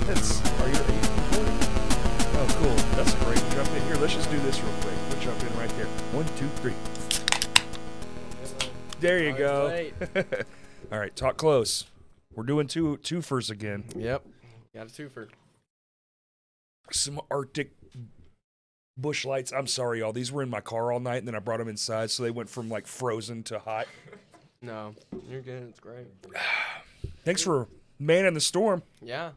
Are you, are you recording? Oh, cool. That's a great jump in here. Let's just do this real quick. We'll jump in right there. One, two, three. There you All go. right. All right, talk close. We're doing two twofers again. Yep. Got a twofer. Some Arctic bush lights. I'm sorry, y'all. These were in my car all night, and then I brought them inside, so they went from like frozen to hot. No, you're good. It's great. Thanks for man in the storm. Yeah.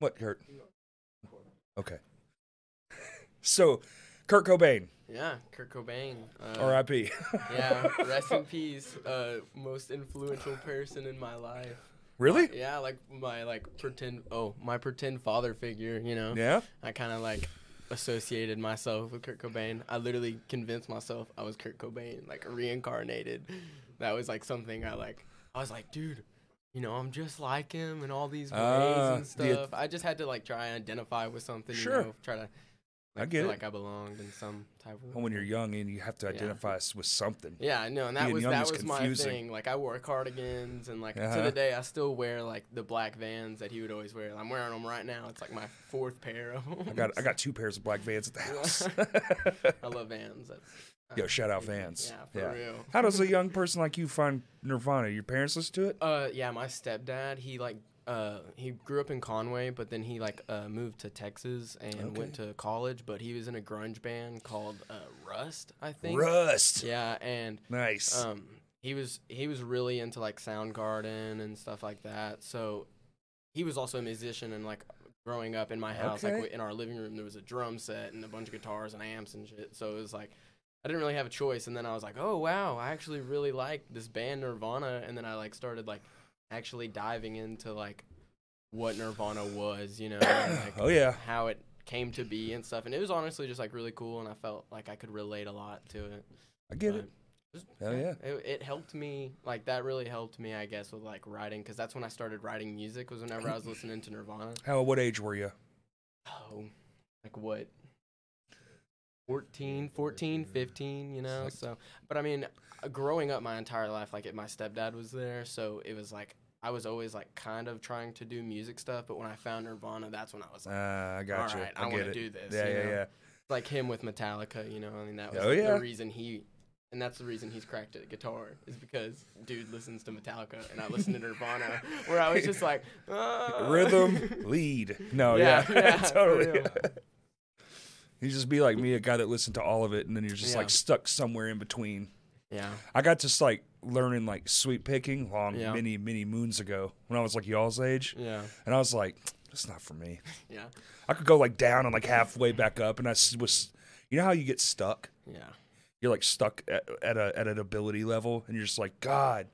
What, Kurt? Okay. So, Kurt Cobain, Yeah. Kurt Cobain. Uh, R.I.P. Yeah. Rest in peace. Uh, most influential person in my life. really? Yeah, like my like pretend. Oh, my pretend father figure. You know. Yeah. I kind of like associated myself with Kurt Cobain. I literally convinced myself I was Kurt Cobain, like reincarnated. That was like something I like. I was like, dude, you know, I'm just like him and all these ways Ah, the- and stuff. I just had to like try and identify with something. Sure. You know, try to I get feel it. like I belonged in some type of. Well, when you're young and you have to identify s with something. Yeah, I know, and that Being was young that is was my confusing. thing. Like I wore cardigans, and like to Uh-huh. the day I still wear like the black Vans that he would always wear. I'm wearing them right now. It's like my fourth pair of them. I got I got two pairs of black Vans at the house. I love Vans. That's, Yo, shout out Vans. Yeah, for real. How does a young person like you find Nirvana? Your parents listen to it? Uh, yeah, my stepdad, he like, uh, he grew up in Conway, but then he like uh, moved to Texas and went to college. But he was in a grunge band called uh, Rust, I think. Rust. Yeah, and Nice. um, he was he was really into like Soundgarden and stuff like that. So he was also a musician and like growing up in my house, like Okay. like in our living room, there was a drum set and a bunch of guitars and amps and shit. So it was like I didn't really have a choice. And then I was like, oh wow, I actually really like this band Nirvana. And then I like started like actually diving into like what Nirvana was, you know, and, like, oh yeah. how it came to be and stuff. And it was honestly just like really cool. And I felt like I could relate a lot to it. I get but- it. Hell Oh, yeah. it, it helped me like that really helped me i guess with like writing because that's when i started writing music was whenever i was listening to nirvana How what age were you? oh like what 14 14 15 you know so but i mean uh, growing up my entire life like it, my stepdad was there so it was like i was always like kind of trying to do music stuff but when i found nirvana that's when i was Uh, like I got you. right, I I, wanna get it. do this, Yeah, you yeah, know? yeah. like him with Metallica, you know. I mean, that was Oh, the- yeah. the reason he, and that's the reason he's cracked at guitar is because dude listens to Metallica and I listen to Nirvana, where I was just like "Ah." Rhythm lead. No, yeah, Yeah, yeah, for totally. real. you just be like me, a guy that listened to all of it, and then you're just Yeah. like stuck somewhere in between. yeah, I got just like learning like sweet picking long Yeah. many many moons ago when I was like y'all's age, yeah, and I was like, that's not for me. yeah, I could go like down and like halfway back up, and I s- was, you know how you get stuck? yeah, You're like stuck at, at a at an ability level, and you're just like God.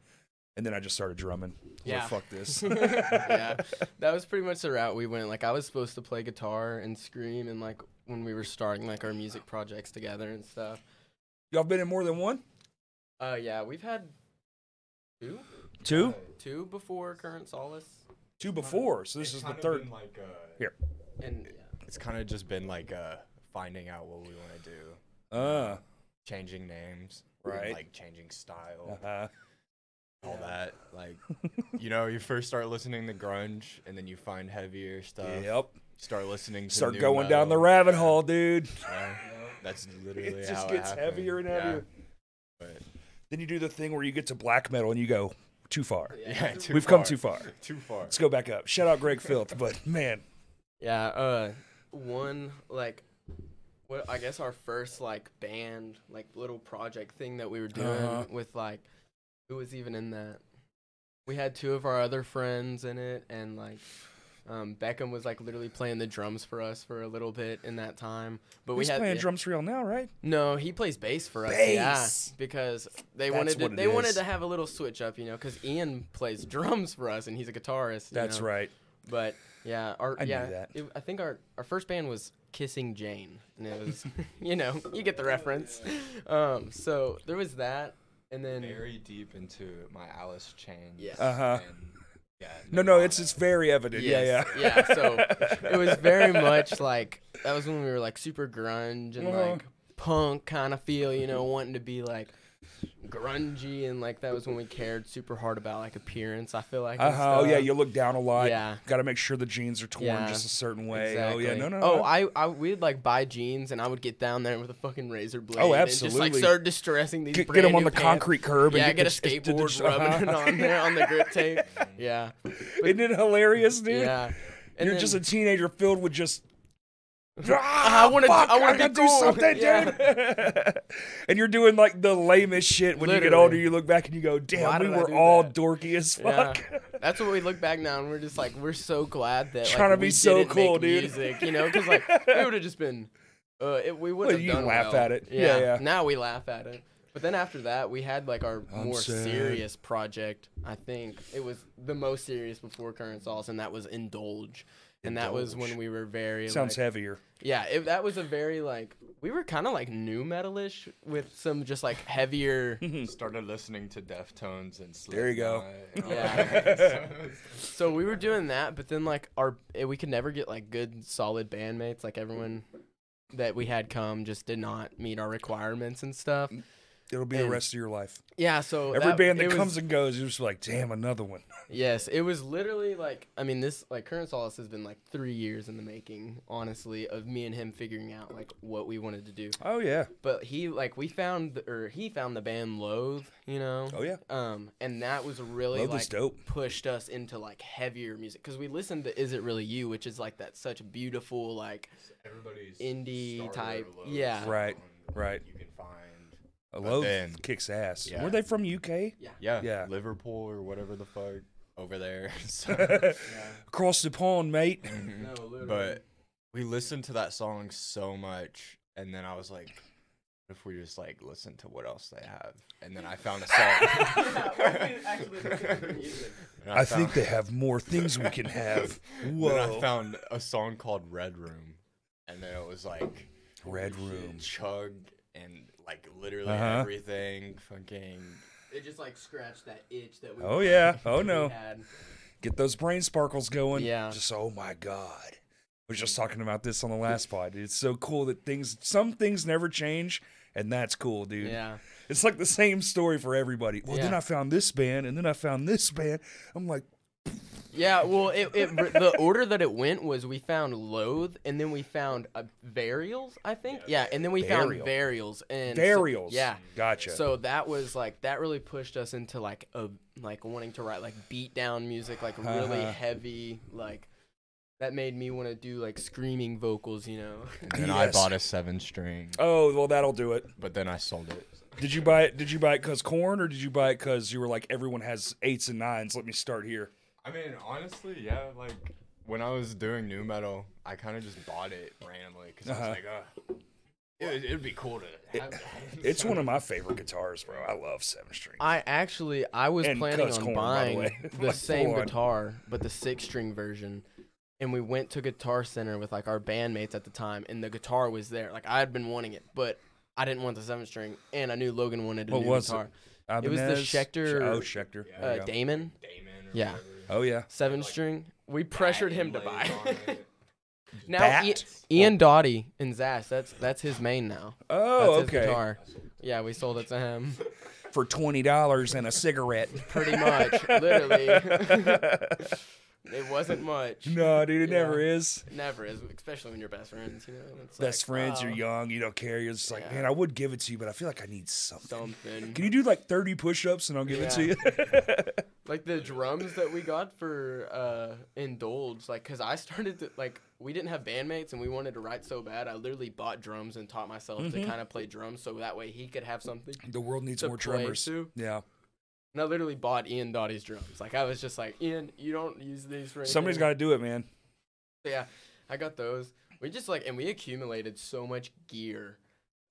And then I just started drumming. I was Yeah. Like, Fuck this. yeah. That was pretty much the route we went. Like I was supposed to play guitar and scream and like when we were starting like our music projects together and stuff. Y'all been in more than one, Uh, yeah, we've had two, two, two before Current Solace, two before. So this is the kinda third. been like, uh, Here. and It's kind of just been like uh, finding out what we want to do, Uh, changing names, and, Right. Like changing style, uh, all that. Like, you know, you first start listening to grunge, and then you find heavier stuff. yep. Start listening. to Start nu going down the metal, rabbit yeah, hole, dude. yeah. That's literally It just how gets happened, heavier and yeah, heavier. but- Then you do the thing where you get to black metal and you go too far. Yeah, too We've far. come too far. Too far. Let's go back up. Shout out Greg Filth, but man, Yeah, uh one like what I guess our first like band, like little project thing that we were doing Uh-huh. with like who was even in that? We had two of our other friends in it and like um Beckham was like literally playing the drums for us for a little bit in that time. But he's we had playing yeah. drums for y'all now, right? No, he plays bass for us. Yeah, Bass. because they That's wanted to, what it they wanted is. to have a little switch up, you know, cuz Ian plays drums for us and he's a guitarist, you That's know? right. But yeah, our I knew yeah, that. it- I think our our first band was Kissing Jane, and it was you know you get the reference. Um, so there was that, and then Very deep into my Alice Chains. Yes. Uh-huh. and, Yeah. No, no, Nirvana. it's it's very evident. Yes, yeah, yeah, yeah, so it was very much like that was when we were like super grunge and Uh-huh. like punk kind of feel, you know, wanting to be like grungy and like that was when we cared super hard about like appearance. I feel like. and Uh-huh. Oh yeah, stuff. you look down a lot. Yeah. Got to make sure the jeans are torn Yeah. just a certain way. Exactly. Oh yeah, no, no. Oh, no. I, I, we'd like buy jeans, and I would get down there with a fucking razor blade. And just like Oh, absolutely. start distressing these. get, get brand them on new the pants. concrete curb. Yeah, and get a the- the- the- skateboard rubbing it uh-huh. on there on the grip tape. Yeah, Isn't it hilarious, dude? yeah. And You're then- just a teenager filled with just. "Ah, I wanna- fuck, I wanna gotta be do cool." something, Yeah. dude. and you're doing like the lamest shit. When you get Literally. older, you look back and you go, "Damn, Why we did I were do all that?" dorky as Yeah. fuck." That's what we look back now, and we're just like, we're so glad that Trying like, to be we so didn't cool, make dude. Music, you know, because like we would have just been, uh, it, we would Well, have you done laugh well. at it. Yeah, yeah. Now we laugh at it, but then after that, we had like our I'm more sad. serious project. I think it was the most serious before Current Sauce, and that was Indulge. And that was when Indulge. we were very Sounds like, heavier. yeah, it, that was a very like we were kind of like new metalish with some just like heavier. Started listening to Deftones and Slipknot. There you go. and all Oh, Yeah. that. so we were doing that, but then like our eh, we could never get like good solid bandmates. Like everyone that we had come just did not meet our requirements and stuff. It'll be the And rest of your life. Yeah, so Mm. Every band it that was- comes and goes, you're just like, "Damn, another one." Yes, it was literally like I mean this like current solace has been like three years in the making, honestly, of me and him figuring out like what we wanted to do. Oh yeah. But he like we found the, or he found the band Loathe, you know. Oh yeah. Um, and that was really Loathe was like dope. pushed us into like heavier music because we listened to "Is It Really You," which is like that such beautiful like Everybody's Indie starter type, loads yeah. Right, on what right. You can find. Loathe then- kicks ass. Yeah. Were they from UK? Yeah, Yeah. Liverpool or whatever the fuck over there. So, Across the pond, mate. no, literally. but we listened to that song so much, and then I was like, "What if we just like listen to what else they have?" And then I found a song. And I found- think they have more things we can have. Then I Whoa. found a song called Red Room, and then it was like Red holy shit, Room. chug, and like literally Uh-huh. everything, fucking. it just like scratched that itch that we. Oh yeah. Oh we no. had. Get those brain sparkles going. Yeah. Just oh my god. I was just talking about this on the last pod. It's so cool that things some things never change. And that's cool, dude. Yeah. It's like the same story for everybody. Well, then Yeah. I found this band, and then I found this band. I'm like, Yeah, well, it, it the order that it went was we found Loathe, and then we found uh, Burials, I think. Yeah, and then we Burial. found Burials and so- burials. yeah, Gotcha. So that was like that really pushed us into like a like wanting to write like beat down music, like really Uh-huh. heavy, like that made me want to do like screaming vocals, you know. And then I Yes. bought a seven string, oh, well, that'll do it. but then I sold it. Did you buy it? Did you buy it because corn, or did you buy it because you were like everyone has eights and nines? Let me start here. I mean, honestly, yeah. Like when I was doing new metal, I kind of just bought it randomly because I Uh-huh. was like, uh, it, it'd be cool to have. that." It's one of my favorite guitars, bro. I love seven string. I actually I was And planning cuss on corn, by the buying way. the, Like, same full on. guitar, but the six string version. And we went to Guitar Center with like our bandmates at the time, and the guitar was there. Like I had been wanting it, but I didn't want the seven string, and I knew Logan wanted a What new was it? guitar. it was the Ibanez? Schecter- Oh, Schecter. Yeah. There you Uh, go. Damon, Damon or Yeah. whatever. Oh yeah. seven like, string. We pressured him to buy. Inlays it. on it. now That? Ian, Ian Doughty and Zash, that's that's his main now. That's Oh, his okay. guitar. Yeah, we sold it to him. For twenty dollars and a cigarette. Pretty much, literally. it wasn't much. no, dude, it Yeah. never is. Never is, especially when you're best friends. You know, it's Best like, friends, you're wow, young, you don't care. You're just like, Yeah. man, I would give it to you, but I feel like I need something. Something. Can you do like thirty push-ups and I'll give it to Yeah. you? like the drums that we got for uh indulge like because i started to like we didn't have bandmates and we wanted to write so bad i literally bought drums and taught myself to kind of play drums so that way he could have something the world Mm-hmm. needs To more play drummers. to. Yeah. and i literally bought ian dottie's drums like i was just like ian you don't use these for anything. Somebody's got to do it, man. yeah i got those we just like and we accumulated so much gear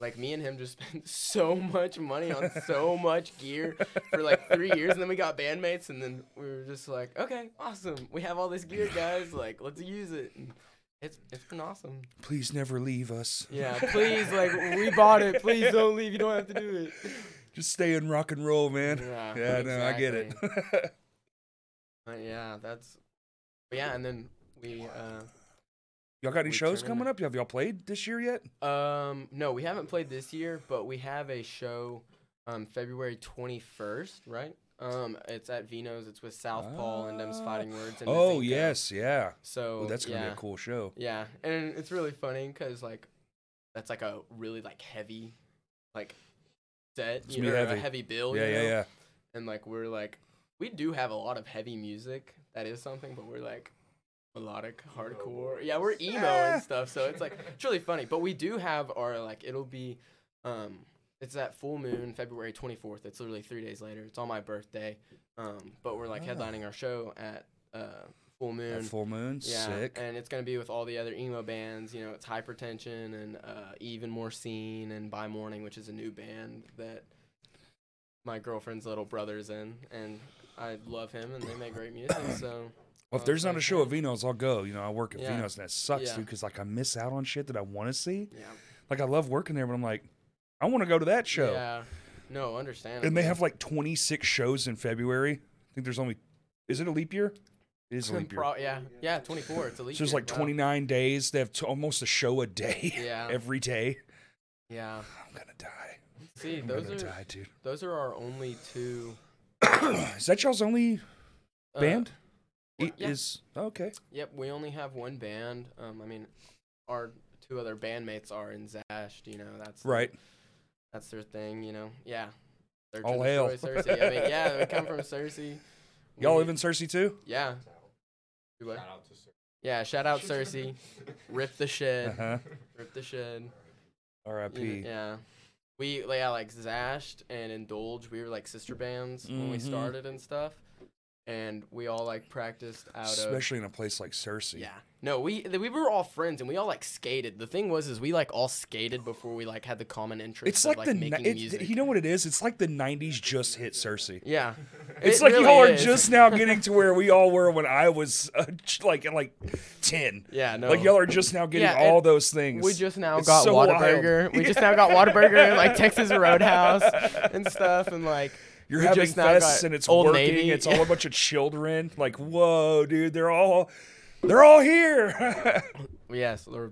like me and him just spent so much money on so much gear for like three years and then we got bandmates and then we were just like okay awesome we have all this gear guys like let's use it And it's it's been awesome Please never leave us. yeah please like we bought it please don't leave you don't have to do it Just stay in rock and roll, man. Yeah, Yeah, no, I get it. But yeah that's but yeah and then we uh y'all got any We shows turn coming it. up? uh, Have y'all played this year yet? Um, no, we haven't played this year, but we have a show um, February 21st, right? Um, it's at Vino's. It's with Southpaw and Dumb's Fighting Words. And Oh Mazinko. yes, yeah. So Ooh, that's gonna yeah. be a cool show. Yeah, and it's really funny because like that's like a really like heavy, like set, It's you know, gonna be or a heavy. heavy bill. Yeah, you know? yeah, yeah. And like we're like we do have a lot of heavy music. That is something, but we're like melodic hardcore. Yeah, we're emo Yeah. and stuff. So it's like it's really funny. But we do have our like it'll be, um, it's that full moon February twenty fourth. It's literally three days later. It's on my birthday. Um, but we're like Ah. headlining our show at uh full moon. At full moon, Yeah, sick. and it's gonna be with all the other emo bands. You know, it's Hypertension and uh, Even More Seen and By Morning, which is a new band that my girlfriend's little brother's in, and I love him, and they make great music. So well, if Oh, there's not okay. a show at Vino's, I'll go. You know, I work at Yeah. Vino's, and that sucks, Yeah. dude, because like I miss out on shit that I want to see. yeah, Like I love working there, but I'm like, I want to go to that show. yeah, no, understand. And they have like 26 shows in February. I think there's only, is it a leap year? It is a leap year. Pro- yeah, yeah, twenty four. It's a leap. so it's year, like wow. 29 days. They have t- almost a show a day Yeah. every day. Yeah, I'm gonna die. see, I'm those gonna are die, dude. those are our only two is that y'all's only uh, band? well, It yeah. Is okay. Yep, we only have one band. Um, I mean, our two other bandmates are in Zash. You know, that's Right. that's their thing. You know, yeah. They're All All hail. Cersei. I mean, yeah, we come from Cersei. We- Y'all live in Cersei too? Yeah. Do what? Yeah, shout out Cersei. Rip the Uh shed. huh. Rip the shed. You R.I.P. know, Yeah. We like, yeah, like Zashed and Indulge. We were like sister bands when we Mhm. started and stuff, and we all like practiced out of Especially in a place like Cersei. Yeah. No, we th- we were all friends and we all like skated. The thing was is we like all skated before we like had the common interest It's of, like, like, the ni- making it, music. you know what it is? It's like the '90s just hit Cersei. yeah. It's It like really y'all are is. just now getting to where we all were when I was uh, like like ten. Yeah, no. Like y'all are just now getting Yeah, all and those things. we just now It's got so wild. Whataburger. We just now got Whataburger, like Texas Roadhouse and stuff and like You're we having just now fests got and it's Old working. Navy. It's all a bunch of children. Like whoa, dude, they're all they're all here. Yes, we're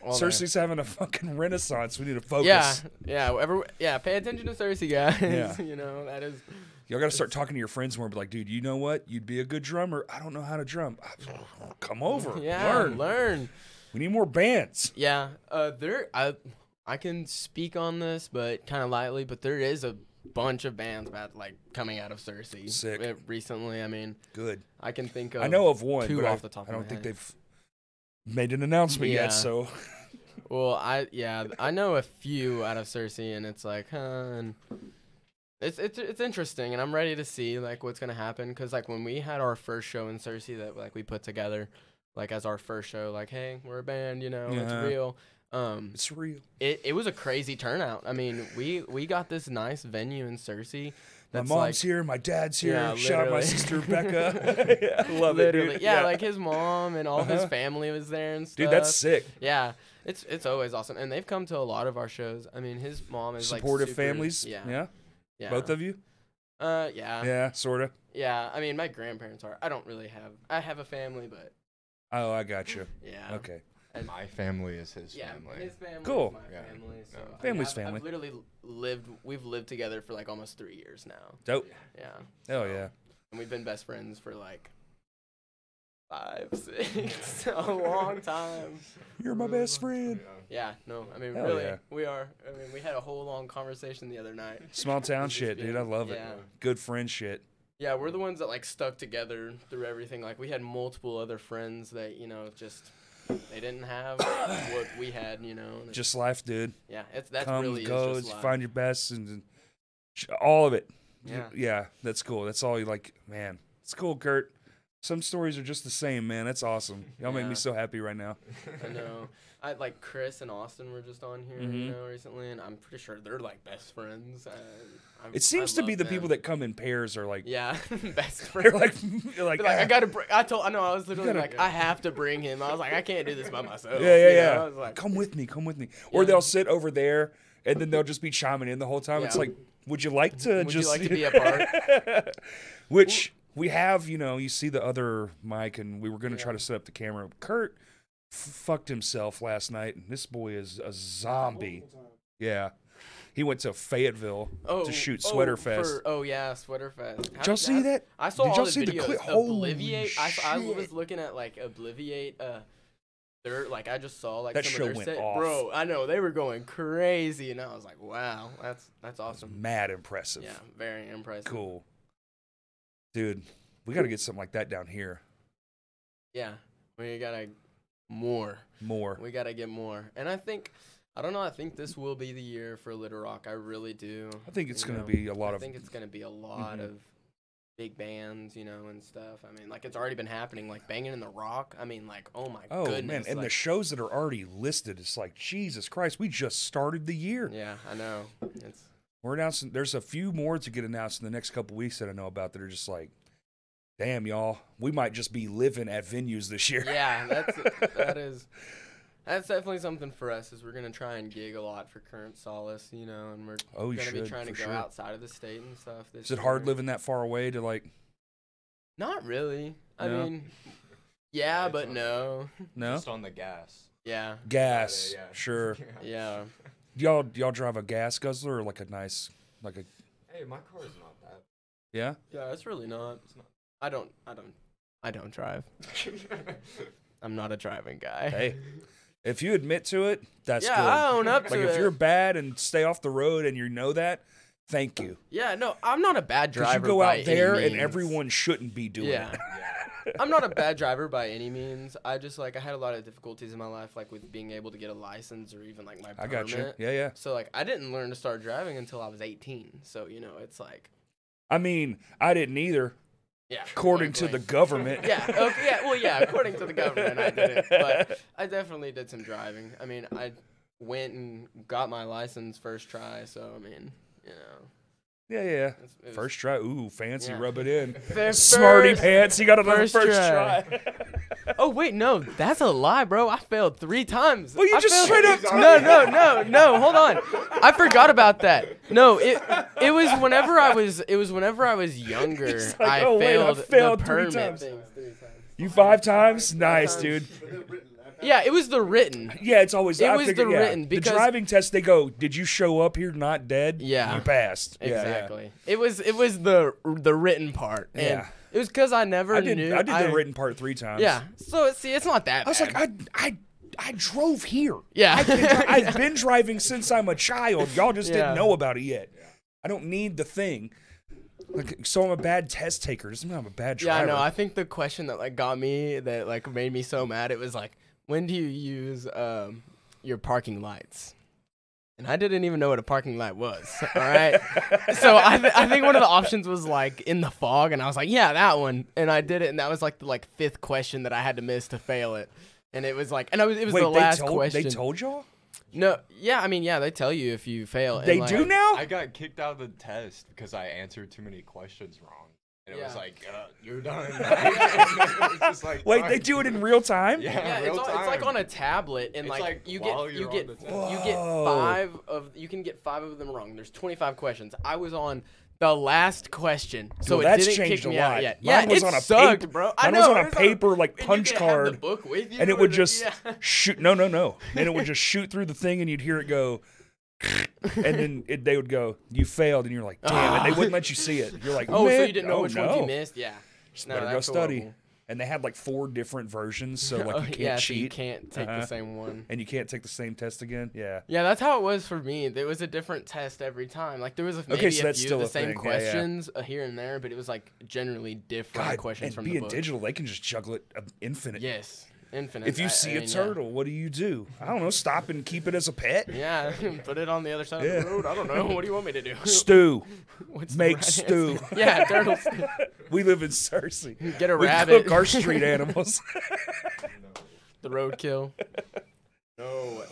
all there. Cersei's having a fucking renaissance. We need to focus. Yeah, yeah. Every, yeah, pay attention to Cersei, guys. Yeah. you know that is. Y'all got to start talking to your friends more. and Be like, dude, you know what? You'd be a good drummer. I don't know how to drum. Come over. Yeah, Learn. learn. We need more bands. Yeah, uh, there I I can speak on this, but kind of lightly. But there is a bunch of bands about like coming out of Cersei Sick. uh, recently. I mean, Good. I can think of. I know of one, two but I- off the top I of don't my think head. they've made an announcement Yeah. yet. So Well, I yeah, I know a few out of Cersei, and it's like, huh. And it's it's it's interesting, and I'm ready to see like what's gonna happen. Cause like when we had our first show in Cersei that like we put together, like as our first show, like hey, we're a band, you know, it's Yeah. real. Um, it's real. it, it was a crazy turnout. I mean, we we got this nice venue in Cersei. My That's mom's like, here. My dad's here. Yeah, Shout out my literally. sister Becca. yeah, I love literally, it, dude. yeah, like uh, his mom and all of his Uh-huh. family was there and stuff. dude, that's sick. yeah, it's it's always awesome, and they've come to a lot of our shows. I mean, his mom is Supportive like super, families. Yeah, yeah, yeah. both of you. Uh, yeah, yeah, yeah, sort of. I mean, my grandparents are. I don't really have. I have a family, but Oh, I got you. yeah. Okay. My family is his Yeah, family. his family. is Cool. My Yeah. family. So No. I mean, Family's I've- family. I've literally lived. We've lived together for like almost three years now. Dope. Yeah. Oh yeah. and we've been best friends for like five, six, a long time. You're my best friend. Yeah, no, I mean, Hell really, yeah. we are. I mean, we had a whole long conversation the other night. Small town Just shit, dude. being- I love yeah. it. Good friend shit. Yeah, we're the ones that like stuck together through everything. Like, we had multiple other friends that you know just they didn't have what we had, you know. and it's- Just life, dude. yeah, it's that's Come, really go, is just life. find your best, and, and sh- all of it. Yeah. yeah, that's cool. That's all you like, man. It's cool, Kurt. Some stories are just the same, man. That's awesome. Y'all make Yeah. me so happy right now. I know. I like Chris and Austin were just on here, Mhm. you know, recently, and I'm pretty sure they're like best friends. Uh, I'm- It I seems to be love the them. people that come in pairs are like, Yeah, best friend. they're like, they're like, They're like, "Ah." I gotta bring. I told. I know. I was literally gotta- like, I have to bring him. I was like, I can't do this by myself. yeah, yeah, you know? yeah. I was like, come with me, come with me. Or Yeah. they'll sit over there and then they'll just be chiming in the whole time. It's Yeah. like, would you like to Would you just like to be a part? Which we have, you know, you see the other mic, and we were going to try Yeah. to set up the camera. Kurt f- fucked himself last night, and this boy is a zombie. Yeah. He went to Fayetteville Oh, to shoot oh, Sweater Fest. for- oh yeah, Sweater Fest. How Did y'all see that? I saw Did all y'all the see the videos. clip? Holy Obliviate. I, I was shit. looking at like Obliviate. Uh, their like I just saw like That some show of their went set. off. Bro, I know they were going crazy, and I was like, wow, that's that's awesome. Mad impressive. Yeah, very impressive. Cool. Dude, we got to get something like that down here. Yeah, we gotta more. More. We gotta get more. And I think, I don't know. I think this will be the year for Little Rock. I really do. I think it's you going to know. be a lot I of. think it's gonna be a lot Mhm. of big bands, you know, and stuff. I mean, like it's already been happening, like banging in the rock. I mean, like oh my Oh, goodness, man. And the like- shows that are already listed, it's like, Jesus Christ, we just started the year. yeah, I know. It's We're announcing, there's a few more to get announced in the next couple weeks that I know about that are just like, damn, y'all, we might just be living at venues this year. yeah, that's that is that's definitely something for us. Is we're gonna try and gig a lot for Current Solace, you know, and we're Oh, you gonna should, be trying to for go sure. outside of the state and stuff. This Is it hard year. living that far away to like, Not really. I No? mean, yeah, it's but not no. no? Just on the gas. Yeah, Gas, Yeah, yeah. sure. yeah. Y'all, y'all drive a gas guzzler or like a nice, like a, Hey, my car's not that. yeah? Yeah, it's really not. It's not. I don't. I don't. I don't drive. I'm not a driving guy. Hey, if you admit to it, that's yeah, good. I own up to Like it. if you're bad and stay off the road and you know that, thank you. yeah, no, I'm not a bad Because driver. you go by out there any and means. everyone shouldn't be doing Yeah, it. I'm not a bad driver by any means. I just like I had a lot of difficulties in my life, like with being able to get a license or even like my I permit. got you. Yeah, yeah. So like I didn't learn to start driving until I was 18. So you know it's like I mean, I didn't either, yeah. according to the blank, blank. government. yeah, okay, yeah, well, yeah, according to the government, I did it, but I definitely did some driving. I mean, I went and got my license first try, so I mean, you know, yeah, yeah. it's, it was First try. Ooh, fancy. Yeah. Rub it in. Fir- Smarty first- pants. You got another first first, try. try. Oh wait, no, that's a lie, bro. I failed three times. Well, you I just failed- straight up- No, no, no, no. Hold on, I forgot about that. No, it it was whenever I was it was whenever I was younger. He's like, I, "Oh, wait, I failed failed the three permit times." things three times. you five times? Nice, times. dude. Yeah, it was the written. Yeah, it's always. It I was figured, the yeah. written, because- the driving test. They go, "Did you show up here not dead? Yeah. you passed." Yeah, yeah. Exactly. It was it was the the written part, and Yeah. it was because I never I did. knew. I did the written part three times. Yeah. So it- see, it's not that. I was like, I, I, I drove here. Yeah. I can dri- I've been driving since I'm a child. Y'all just Yeah. didn't know about it yet. I don't need the thing. Like, so I'm a bad test taker. Doesn't mean I'm a bad yeah, I driver. know. I think the question that like got me that like made me so mad. It was like, when do you use um your parking lights? And I didn't even know what a parking light was. All right. so I, th- I think one of the options was like in the fog, and I was like, yeah, that one. And I did it, and that was like the like fifth question that I had to miss to fail it. And it was like, and I was, it was Wait, the last they told question. they told y'all? No, yeah, I mean, yeah, they tell you if you fail. and, They like- do now? I got kicked out of the test because I answered too many questions wrong. And it was Yeah. like, uh, you're done. It was just like, Wait, "Fine." they do it in real time? Yeah, Yeah, it's, real on, time. it's like on a tablet, and It's like, like you while get you you're get on the you tablet. get Whoa. five of you can get five of them wrong. There's 25 questions. I was on the last question, so Well, it that's didn't changed kick a me lot. out yet. Mine yeah, was it on a sucked, paper- bro. I mine know was on it a paper, like, and you punch could Have the card, book with you And it or would the- just yeah. shoot. No, no, no. And it would just shoot through the thing, and you'd hear it go. and then it, they would go, "You failed," and you're like, "Damn!" And they wouldn't let you see it. You're like, Oh, so "Man, you didn't know oh, which no. ones you missed? Yeah. Just No, better go that's study. horrible. And they had like four different versions, so like Oh, you can't yeah, so cheat you can't take the Uh-huh. same one. and you can't take the same test again. Yeah. Yeah, that's how it was for me. There was a different test every time. Like there was a, maybe so a that's few still of the a same thing. Yeah, yeah. questions uh, here and there, but it was like generally different God, questions and from the being book. digital, they can just juggle it uh, infinite. Yes, infinite. If you I- see I a mean, yeah. turtle, what do you do? I don't know. Stop and keep it as a pet. Yeah, put it on the other side of Yeah. the road. I don't know. What do you want me to do? Stew. What's the make answer? stew. yeah, turtle stew. We live in Cersei. Get a we rabbit. cook our street animals. The roadkill. No,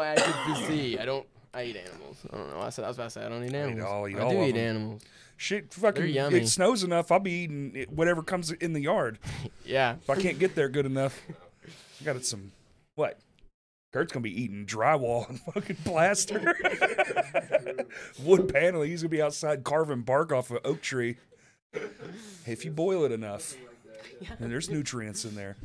advocacy. I don't. I eat animals. I don't know. why I said I was about to say I don't eat animals. all- eat I all do of eat them. animals. Shit, fucking. yummy. It snows enough. I'll be eating it- whatever comes in the yard. Yeah. If I can't get there good enough, I got it some. What? Kurt's gonna be eating drywall and fucking plaster, wood paneling. He's gonna be outside carving bark off an oak tree. If you boil it enough, and there's nutrients in there.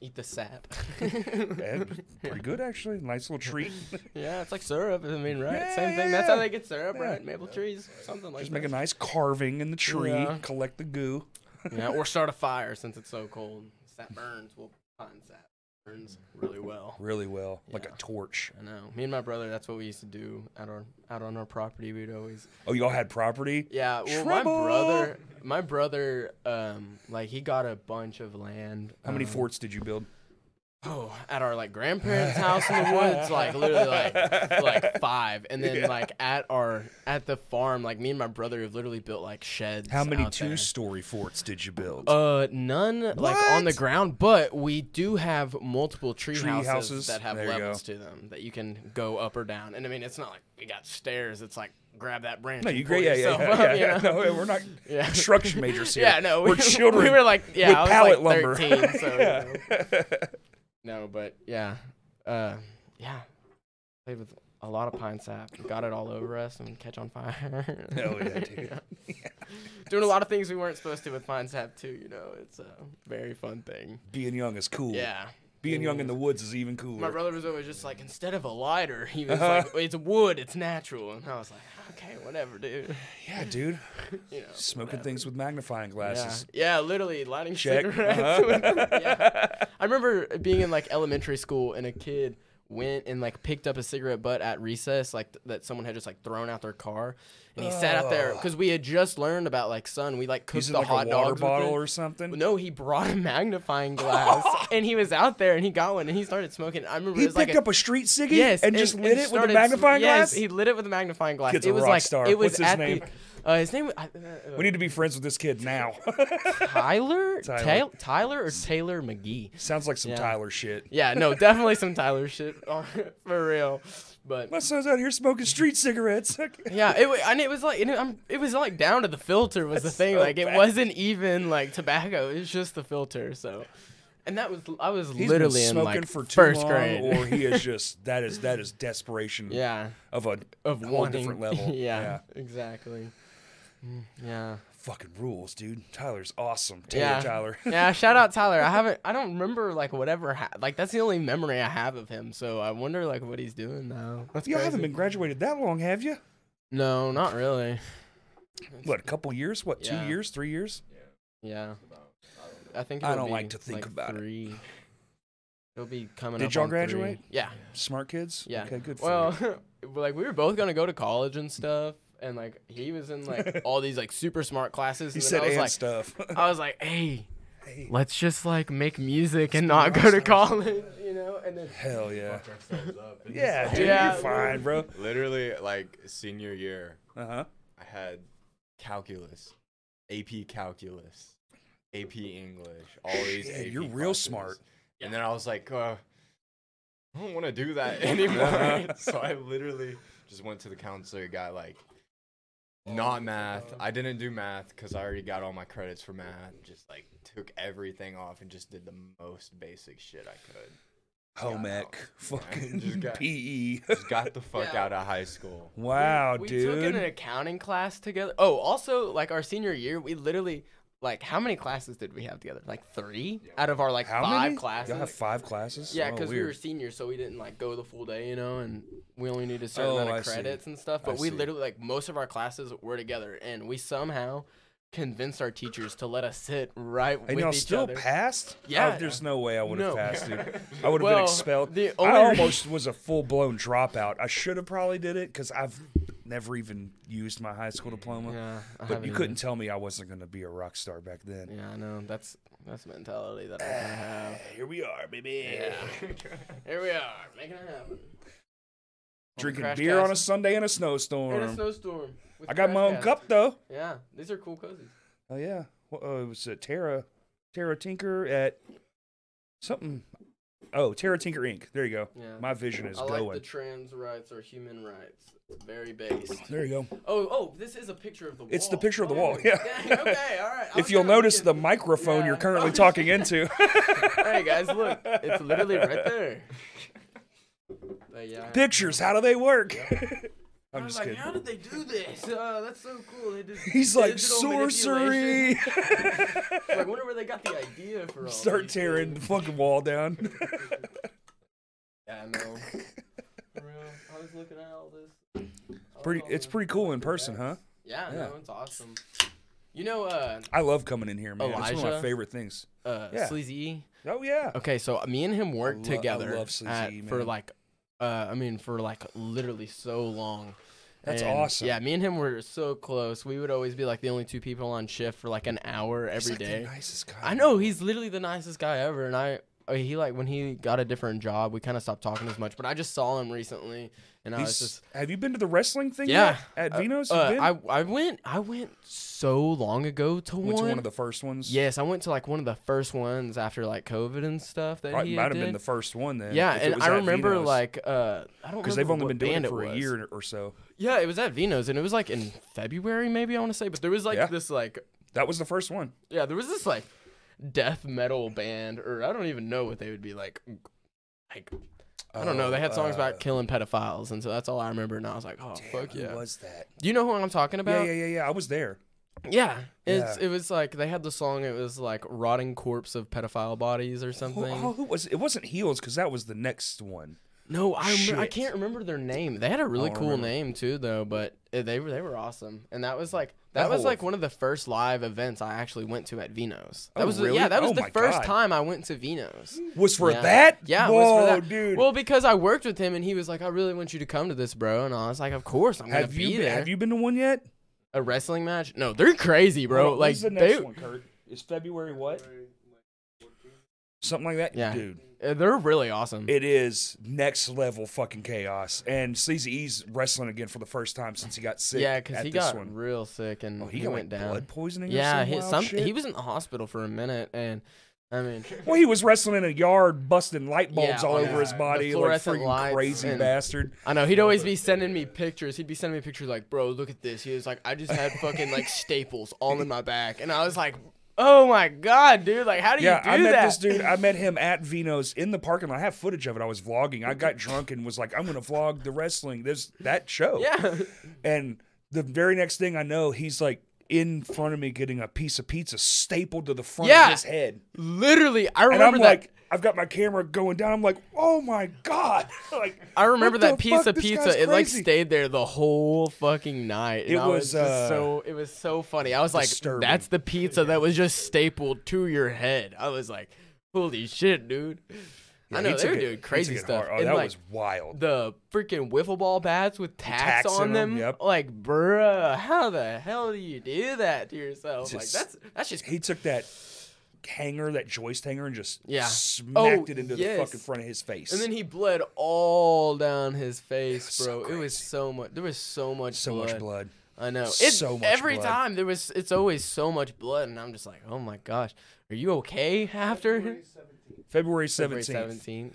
Eat the sap. Yeah, it was pretty good actually. Nice little treat. yeah, it's like syrup. I mean, right? Yeah, Same yeah, thing. That's how yeah. they get syrup, Yeah. right? Maple trees, something like Just that. make a nice carving in the tree. Yeah. Collect the goo. yeah, or start a fire since it's so cold. Sap burns. We'll find sap burns really well. Really well, like a Yeah. torch. I know. Me and my brother, that's what we used to do out on out on our property. We'd always Oh, y'all had property. Yeah, well, Trouble. my brother, my brother, um, like he got a bunch of land. How many um, forts did you build? Oh, at our like grandparents' house in the woods, like literally like like five, and then like at our at the farm, like me and my brother have literally built like sheds. How many out there. two-story forts did you build? Uh, none like on the What? ground, but we do have multiple tree, Tree houses, houses, that have there you levels to them that you can go up or down. And I mean, it's not like we got stairs. It's like grab that branch. no, and you pull great. Yeah, yeah, yourself yeah, up, yeah, you yeah. know? No, we're not Yeah. construction majors here. Yeah, no, we're we- children. We were like, yeah, with I was pallet like lumber. 13, so, you Yeah. know. No, but yeah, uh, yeah, played with a lot of pine sap. Got it all over us and catch on fire. Hell yeah, dude. Doing a lot of things we weren't supposed to with pine sap too. You know, it's a very fun thing. Being young is cool. Yeah. Mm. Being young in the woods Uh-huh. is even cooler. My brother was always just like, instead of a lighter, he was like, it's wood, it's natural, and I was like, okay, whatever, dude. Yeah, dude. You know, Smoking whatever. things with magnifying glasses. Yeah, yeah literally lighting Check. Uh-huh. cigarettes. with- yeah. I remember being in like elementary school and a kid went and like picked up a cigarette butt at recess, like th- that someone had just like thrown out their car, and he sat out there because we had just learned about like sun. We like cooked Using the like hot a water dogs with bottle it. or something. No, he brought a magnifying glass and he was out there and he got one and he started smoking. I remember he it was picked like a, up a street ciggy yes, and, just lit it with a started sm- magnifying yes, glass. he lit it with a magnifying glass. Kid's a it was rock like star. it was What's his at name? the. Uh, his name. I- uh, uh, we need to be friends with this kid now. Tyler, Tyler. Tyler, Tyler or Taylor McGee. Sounds like some Yeah. Tyler shit. Yeah, no, definitely some Tyler shit oh, for real. But My son's out here smoking street cigarettes. yeah, it wa- and it was like and it, I'm- it was like down to the filter was the thing. so like it bad. wasn't even like tobacco; it was just the filter. So, and that was I was He's been literally in smoking like for too first long, grade. or he is just that is that is desperation. yeah, Of a of whole wanting different level. yeah, exactly. Mm, Yeah. Fucking rules, dude. Tyler's awesome. Taylor Yeah. Tyler. yeah, shout out Tyler. I haven't, I don't remember like whatever, ha- like that's the only memory I have of him. So I wonder like what he's doing now. That's You crazy. haven't been graduated that long, have you? No, not really. What, a couple years? What, Yeah. two years? Three years? Yeah. I think I it'll don't like be, to think about it. three. it. will be coming. Did up y'all on three. graduate? Yeah. Smart kids? Yeah. Okay, good for Well, you. like we were both gonna go to college and stuff, and like he was in like all these like super smart classes. He and then said I was and like, stuff. I was like, hey, Hey. let's just like make music and not go to college, you know? And then Hell yeah. ourselves up. and Yeah, dude, Yeah. you're fine, bro. just- Literally, like senior year, Uh huh. I had calculus, AP calculus, AP English, all these. Shit, AP you're real classes. smart. And then I was like, uh, I don't want to do that anymore. so I literally just went to the counselor, got like, Oh not math. I didn't do math because I already got all my credits for math. Just like took everything off and just did the most basic shit I could. Home ec. Yeah, Fucking just got- PE. Just got the fuck Yeah. out of high school. wow, we took dude. an accounting class together. Oh, also like our senior year, we literally like how many classes did we have together? Like three out of our like How five many? classes. Y'all have five classes? yeah, Oh, because we weird. were seniors, so we didn't like go the full day, you know, and we only needed a certain Oh, amount I of see. credits and stuff. I But we see. literally like most of our classes were together, and we somehow convinced our teachers to let us sit right And with y'all each still other. passed? Yeah. Oh, there's no way I would have No. passed, dude. I would have been Well, expelled. the I only- almost was a full blown dropout. I should have probably did it because I've never even used my high school diploma. yeah, I but haven't you even- couldn't tell me I wasn't going to be a rock star back then. Yeah, I know. That's that's the mentality that I kind of have. Here we are, baby. Here we are, making it happen. Drinking Crash beer on a cast. Sunday in a In snowstorm. a snowstorm. with I got my own Crashcast. cup though. Yeah, these are cool cozies. Oh yeah, well, uh, it was uh, Tara, Tara Tinker at something. Oh, Tara Tinker Inc. There you go. Yeah. My vision is I like going. the trans rights or human rights. It's very based. there you go. Oh, oh, this is a picture of the wall. It's the picture of the Oh, wall, yeah. dang, okay, all right. I If was you'll kinda notice the looking- microphone you're Yeah. currently talking into. Hey guys, look, it's literally right there. But yeah. Pictures, how do they work? I'm I was just like, kidding. how did they do this? Uh, that's so cool. They did, He's like digital manipulation." sorcery. Oh, like, I wonder where they got the idea for all Start these tearing the things. fucking wall down. Yeah, I know. For real. I was looking at all this. I pretty, love all it's the- pretty cool like in the person, huh? racks. Yeah, Yeah. no, it's awesome. You know, uh, I love coming in here, man. It's one of my Elijah? favorite things. uh, Yeah. Sleazy E? Oh yeah. Okay, so me and him worked lo- I together love Sleazy at- E, for man. like, uh, I mean, for like literally so long. That's And, awesome. Yeah, me and him were so close. We would always be like the only two people on shift for like an hour He's every like the day. nicest guy. I know he's literally the nicest guy ever, and I I- he like when he got a different job, we kind of stopped talking as much. But I just saw him recently, and I He's- was just have you been to the wrestling thing? Yeah. Yet? At Vino's. You've uh, been? I I went I went so long ago to went one. to one of the first ones. yes, I went to like one of the first ones after like COVID and stuff that Right, he might had have been did. the first one then. yeah, if it and was I at remember Vino's. like uh I don't because they've remember only been what doing band it for a was. year or so. Yeah, it was at Vino's, and it was like in February maybe I want to say, but there was like Yeah. this like That was the first one. Yeah, there was this like death metal band, or I don't even know what they would be like. Like I don't know. They had Uh, songs about killing pedophiles, and so that's all I remember. And I was like, oh fuck yeah. was that? Do you know who I'm talking Yeah, about? yeah, yeah, yeah. I was there. Yeah, It's it was like they had the song. It was like rotting corpse of pedophile bodies or Who, something. oh, who was? It wasn't heels because that was the next one. no, I remember, I shit. can't remember their name. They had a really don't cool remember. name too, though. But uh, they were they were awesome, and that was like that, That was whole- like one of the first live events I actually went to at Vino's. That Oh, was the- really? yeah, that was Oh the my first God. time I went to Vino's. Was for Yeah. that? Yeah, it Whoa, was for that. dude. Well, because I worked with him and he was like, "I really want you to come to this, bro," and I was like, "Of course, I'm have gonna you be been- there." have you been to one yet? A wrestling match? No, they're crazy, bro. Hold on, like when's the next they, one, Kurt? Is February what? Something like that, Yeah. dude. uh, they're really awesome. It is next level fucking chaos. And Sleazy E's wrestling again for the first time since he got sick. yeah, because at he this got one. real sick and Oh, he, he, got went like, down. blood poisoning. or yeah, some he, wild some shit? he was in the hospital for a minute, and I mean, Well, he was wrestling in a yard, busting light bulbs Yeah, all on over his the- body, the like fluorescent freaking lights crazy and- bastard. I know he'd always be sending me pictures. He'd be sending me pictures like, "Bro, look at this." He was like, "I just had fucking like staples all in my back," and I was like, "Oh my god, dude! Like, how do Yeah, you do I met that?" this dude. I met him at Vino's in the parking lot. I have footage of it. I was vlogging. I got drunk and was like, "I'm gonna vlog the wrestling this that show." Yeah. And the very next thing I know, he's like in front of me getting a piece of pizza stapled to the front Yeah. of his head, Literally, I and I'm remember that. like. I've got my camera going down. I'm like, oh my god! like, I remember what the that piece fuck? of This guy's pizza. It like crazy. stayed there the whole fucking night. and It I was, was, just uh, so. It was so funny. I was like, disturbing. "That's the pizza that was just stapled to your head." I was like, "Holy shit, dude!" He I know they took were it- he doing took crazy it stuff. hard. Oh, and that like, was wild. the freaking wiffle ball bats with tacks, tacks in on 'em, them. yep. Like, bruh, how the hell do you do that to yourself? Just- like, that's that's just he took that hanger, that joist hanger, and just Yeah. smacked Oh, it into yes. the fucking front of his face. And then he bled all down his was face, so bro. it was so much. There was so much. so blood. much blood. I know. It's So much every blood. time there was. It's always so much blood, and I'm just like, oh my gosh, are you okay after February February seventeenth. 17th?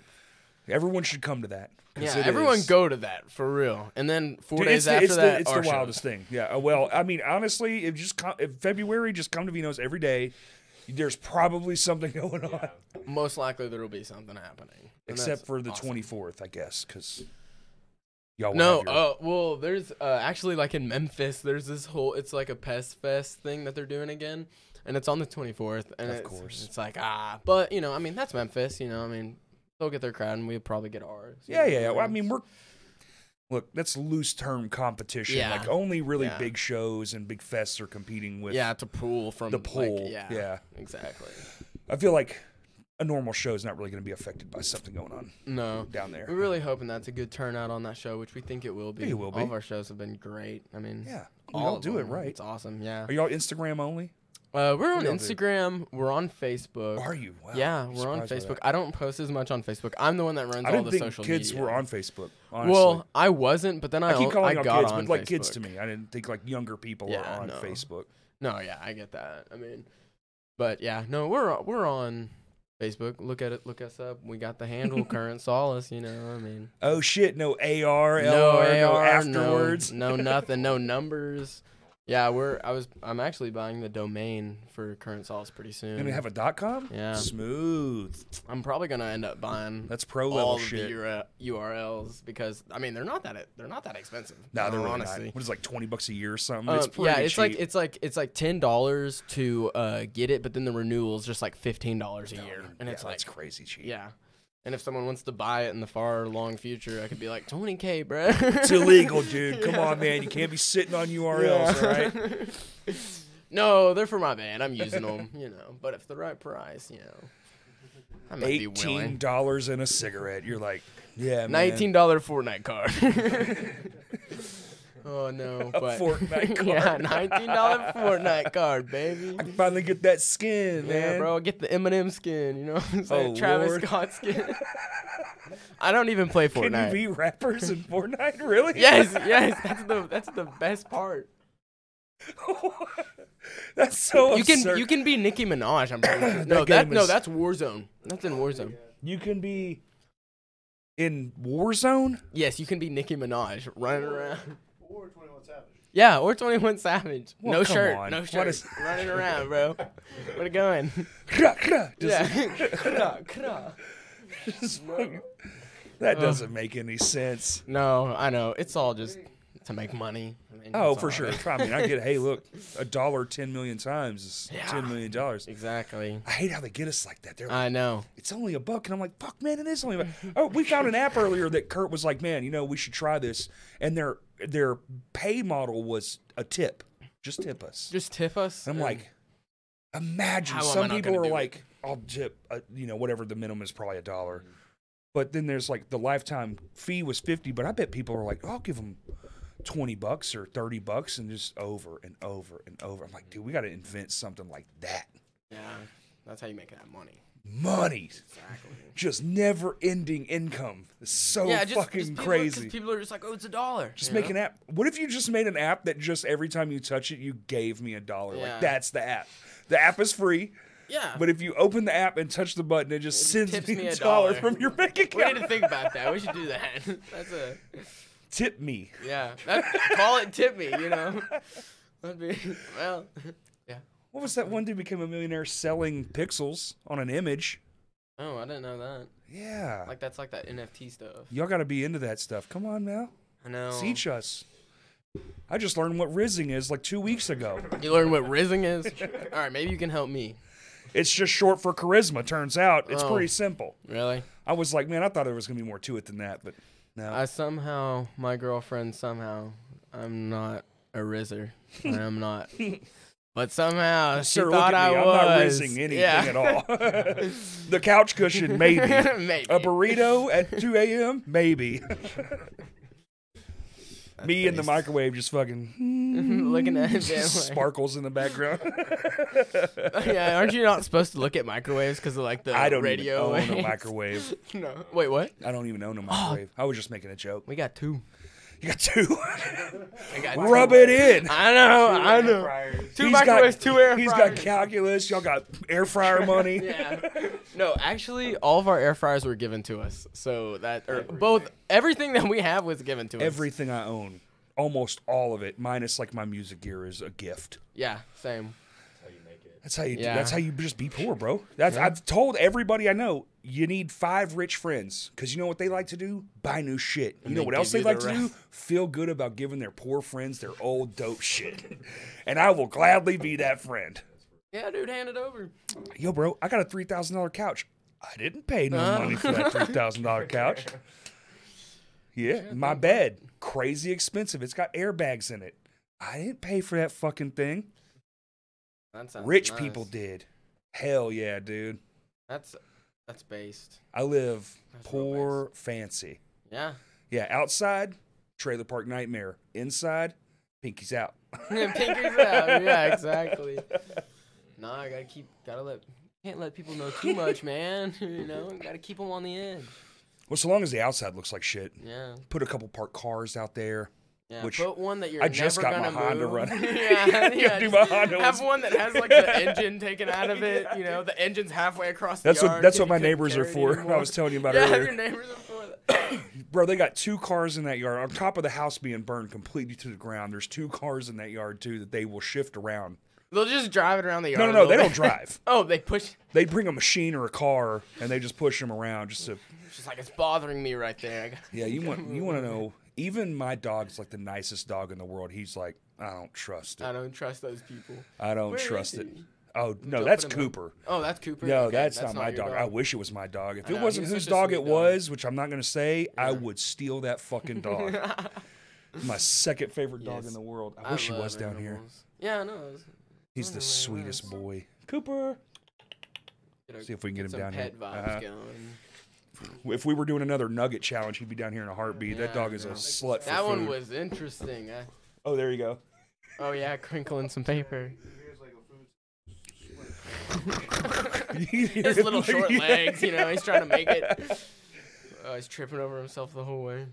Everyone should come to that. 'cause Yeah, it everyone is- go to that for real. And then four Dude, days it's the, after it's that, the, it's our the show. wildest thing. Yeah. uh, Well, I mean, honestly, if just co- if February, just come to Vino's every day. There's probably something going on, Most likely there will be something happening. And that's except for the awesome. 24th, I guess, because y'all. will No, have your- uh, well, there's uh, actually like in Memphis, there's this whole it's like a pest fest thing that they're doing again, and it's on the 24th. And Of it's, course. it's like ah, but you know, I mean, that's Memphis. You know, I mean, they'll get their crowd, and we'll probably get ours. you Yeah, know, yeah. yeah. Well, I and- mean, we're look. That's loose term competition. Yeah. Like only really Yeah. big shows and big fests are competing with. yeah, to pull from the like, pool. yeah, yeah. exactly. I feel like a normal show is not really going to be affected by something going on No, down we're there. really hoping that's a good turnout on that show, which we think it will be. Think it will be. All of our shows have been great. I mean, Yeah, we all all of do it them. right. It's awesome. Yeah, Are y'all Instagram only? uh, we're on y'all do? Instagram. We're on Facebook. Are you? Wow, yeah, I'm we're on surprised by that. Facebook. I don't post as much on Facebook. I'm the one that runs I all didn't the think social kids media. were on Facebook. Honestly. Well, I wasn't, but then I, I keep o- calling I y'all got kids, on but like kids to Facebook. me. I didn't think like younger people Yeah, are on no. Facebook. No, yeah, I get that. I mean, but yeah, no, we're on- we're on Facebook. Look at it. Look us up. We got the handle current solace. You know, I mean, Oh shit! No AR, LR, no no, AR, no- afterwards. no nothing, no numbers. Yeah, we're. I was. I'm actually buying the domain for current sauce pretty soon. And we have a dot com? yeah, Smooth. I'm probably gonna end up buying That's pro all level of shit. the URLs because I mean they're not that they're not that expensive. No, they're uh, really honestly. not. What is it, like twenty bucks a year or something? Um, it's pretty yeah, it's cheap. like it's like it's like ten dollars to uh, get it, but then the renewal is just like fifteen dollars a No, year, no, and yeah, it's like that's crazy cheap. yeah. And if someone wants to buy it in the far long future, I could be like twenty k, bro. It's illegal, dude. Come on, man. You can't be sitting on URLs, all right? right? no, they're for my band. I'm using them, you know. But if the right price, you know, I might be Eighteen willing. dollars and a cigarette. You're like, yeah, man. Nineteen dollar Fortnite card. oh no, A but Fortnite yeah, card. nineteen dollar Fortnite card, baby. I can finally get that skin, man. Yeah, bro, get the Eminem skin. You know, what I'm saying? Oh, Travis Lord. Scott skin. I don't even play Can Fortnite. you be rappers in Fortnite? Really? yes, yes, that's the that's the best part. That's so you can absurd. you can be Nicki Minaj. I'm pretty sure. no, That that, game no, is- that's Warzone. That's in Warzone. You can be in Warzone. Yes, you can be Nicki Minaj running around. Or 21 Savage. Yeah, or 21 Savage. Well, no come shirt, on. no What shirt. is- Running around, bro. Where it going? Just- yeah. Kra, kra. that doesn't make any sense. no, I know. It's all just to make money. I mean, Oh, that's for all sure. it is. I mean, I get. Hey, look, a dollar ten million times is Yeah. ten million dollars. Exactly. I hate how they get us like that. They're like, I know. it's only a buck, and I'm like, fuck, man, it is only. a buck. Oh, we found an app earlier that Kurt was like, man, you know, we should try this, and their their pay model was a tip, just tip us. Just tip us. I'm and- like, imagine How am I some not people gonna are do it? like, I'll tip, uh, you know, whatever the minimum is, probably a Mm-hmm. dollar. But then there's like the lifetime fee was fifty, but I bet people are like, I'll give them twenty bucks or thirty bucks, and just over and over and over. I'm like, dude, we got to invent something like that. yeah, that's how you make that money. Money, Exactly. Mm-hmm. just never-ending income. It's so yeah, just, fucking just people are- 'cause crazy. people are just like, oh, it's a dollar. Just you know? make an app. What if you just made an app that just every time you touch it, you gave me a dollar? Yeah. Like that's the app. The app is free. Yeah. But if you open the app and touch the button, it just sends tips me, me a a dollar, dollar. from your bank we account. need to think about that. We should do that. That's a Tip me. yeah. That, call it tip me. You know. That'd be well. Yeah. What was that one dude became a millionaire selling pixels on an image? Oh, I didn't know that. Yeah. Like that's like that NFT stuff. Y'all got to be into that stuff. Come on now. I know. Teach us. I just learned what rizzing is like two weeks ago. You learn what rizzing is. All right, maybe you can help me. It's just short for charisma, turns out. It's Oh. pretty simple. Really? I was like, man, I thought there was going to be more to it than that, but no. I somehow, my girlfriend somehow, I'm not a rizzer. I am not. But somehow she Sir, thought look at I me. was. I'm not rizzing anything yeah. at all. the couch cushion, maybe. Maybe. A burrito at 2 a.m. Maybe. Me in the based. microwave just fucking Looking at it. damn, like- sparkles in the background. yeah, aren't you not supposed to look at microwaves because of like the I don't radio even own a waves? microwave. no. Wait, what? I don't even own a microwave. I was just making a joke. We got two. You got two. I got Rub it in. I know. I know. Friars. Two He's got- microwaves, two air He's got fryers. calculus. Y'all got air fryer money. yeah. No, actually, all of our air fryers were given to us. So that, or both, everything that we have was given to us. Everything I own, almost all of it, minus like my music gear, is a gift. Yeah, same. That's how you. Do, Yeah. that's how you just be poor, bro. That's I've told everybody I know. You need five rich friends because you know what they like to do: buy new shit. You know they what else they give you like the to do? rest. Feel good about giving their poor friends their old dope shit. and I will gladly be that friend. Yeah, dude, hand it over. Yo, bro, I got a three thousand dollar couch. I didn't pay no Oh. money for that three thousand dollar couch. Yeah, my bed, crazy expensive. It's got airbags in it. I didn't pay for that fucking thing. That sounds Rich nice. people did. Hell yeah, dude. That's that's based. I live That's real poor, fancy. Yeah. Yeah, outside, trailer park nightmare. Inside, pinkies out. Pinkies out. Yeah, exactly. Nah, I gotta keep, gotta let, can't let people know too much, man. you know, gotta keep them on the edge. Well, so long as the outside looks like shit, Yeah. put a couple parked cars out there. Yeah, Which- put one that you're I just never got my gonna Honda move. running. yeah, Yeah, yeah, dude, just my Honda have was- one that has like the engine taken out of it. You know, the engine's halfway across. That's the what yard that's 'cause what you my couldn't neighbors are carry it for. I anymore. was telling you about yeah, earlier. your neighbors are for that. Bro, they got two cars in that yard. On top of the house being burned completely to the ground, there's two cars in that yard too that they will shift around. They'll just drive it around the yard. No, no, no, a they little don't bit. drive. Oh, they push. They bring a machine or a car and they just push them around just to It's just like it's bothering me right there. I got- Yeah, you want you want to know. Even my dog's like the nicest dog in the world. He's like, I don't trust it. I don't trust those people. I don't Where is trust it. he? Oh no, Don't that's put him up. Cooper. Oh, that's Cooper. No, Okay, that's, not, my your dog. I wish it was my dog. If I know, it he wasn't was whose such a dog sweet it dog. was, which I'm not going to say, I would steal that fucking dog. my second favorite dog in Yes. the world. I wish he love was down here. animals. Yeah, I know. it's- He's wonder the where he sweetest was. boy. Cooper. you know, See if we can get him some down here. pet vibes Uh-huh. going. If we were doing another nugget challenge, he'd be down here in a heartbeat. Yeah, that dog I is a know. slut for That one food. was interesting. I, Oh, there you go. oh yeah, crinkling some paper. His little short legs, you know, he's trying to make it. Oh, he's tripping over himself the whole way.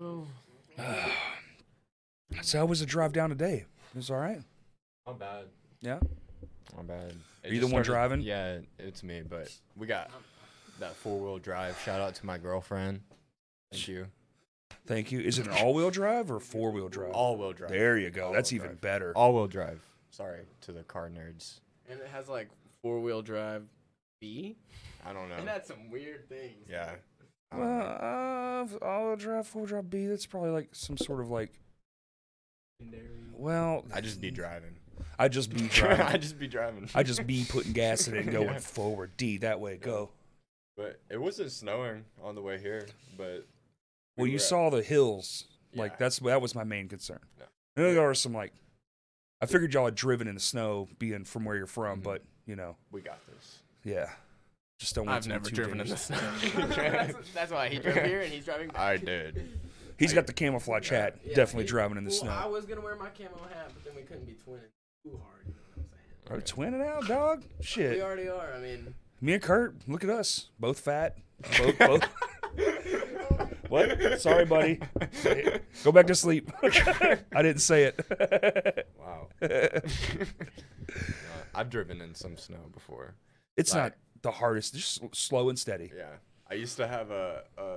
Oh, So how was the drive down today? It was all right. Not bad. Yeah. Not bad. It Are you the just one started- driving? Yeah, it's me, but we got that four wheel drive. Shout out to my girlfriend. Thank you. Thank you. Is it an all-wheel drive or four-wheel drive? All wheel drive. there you go. That's All-wheel even better. All wheel drive. Sorry to the car nerds. and it has like four wheel drive B. I don't It know. had some weird things. Yeah. I Well, don't know. uh, all-wheel drive, four-wheel drive B. That's probably like some sort of like. Well, I just be driving. I just be I driving. just be driving. I just be putting gas in it and going Yeah. forward. D that way. Go. But it wasn't snowing on the way here, but Well, you were at- saw the hills. Yeah. Like that's that was my main concern. No. And then there were some like, I figured y'all had driven in the snow, being from where you're from, Mm-hmm. Mhm. but you know, we got this. yeah, just don't. Want it I've to be never too driven in dangerous. the snow. that's, that's why he drove here and he's driving back. I did. He's I- got the camouflage Yeah. hat. Yeah, Definitely he- driving in the well, I snow. was gonna wear my camo hat, but then we couldn't be twinning too hard. You know what I'm saying? Are we twinning out, dog? We Shit. already are. I mean, Me and Kurt, look at us. Both fat. Both. both. what? Sorry, buddy. Go back to sleep. I didn't say it. Wow. No, I've driven in some snow before. it's Like- not the hardest. Just s- slow and steady. Yeah. I used to have a, a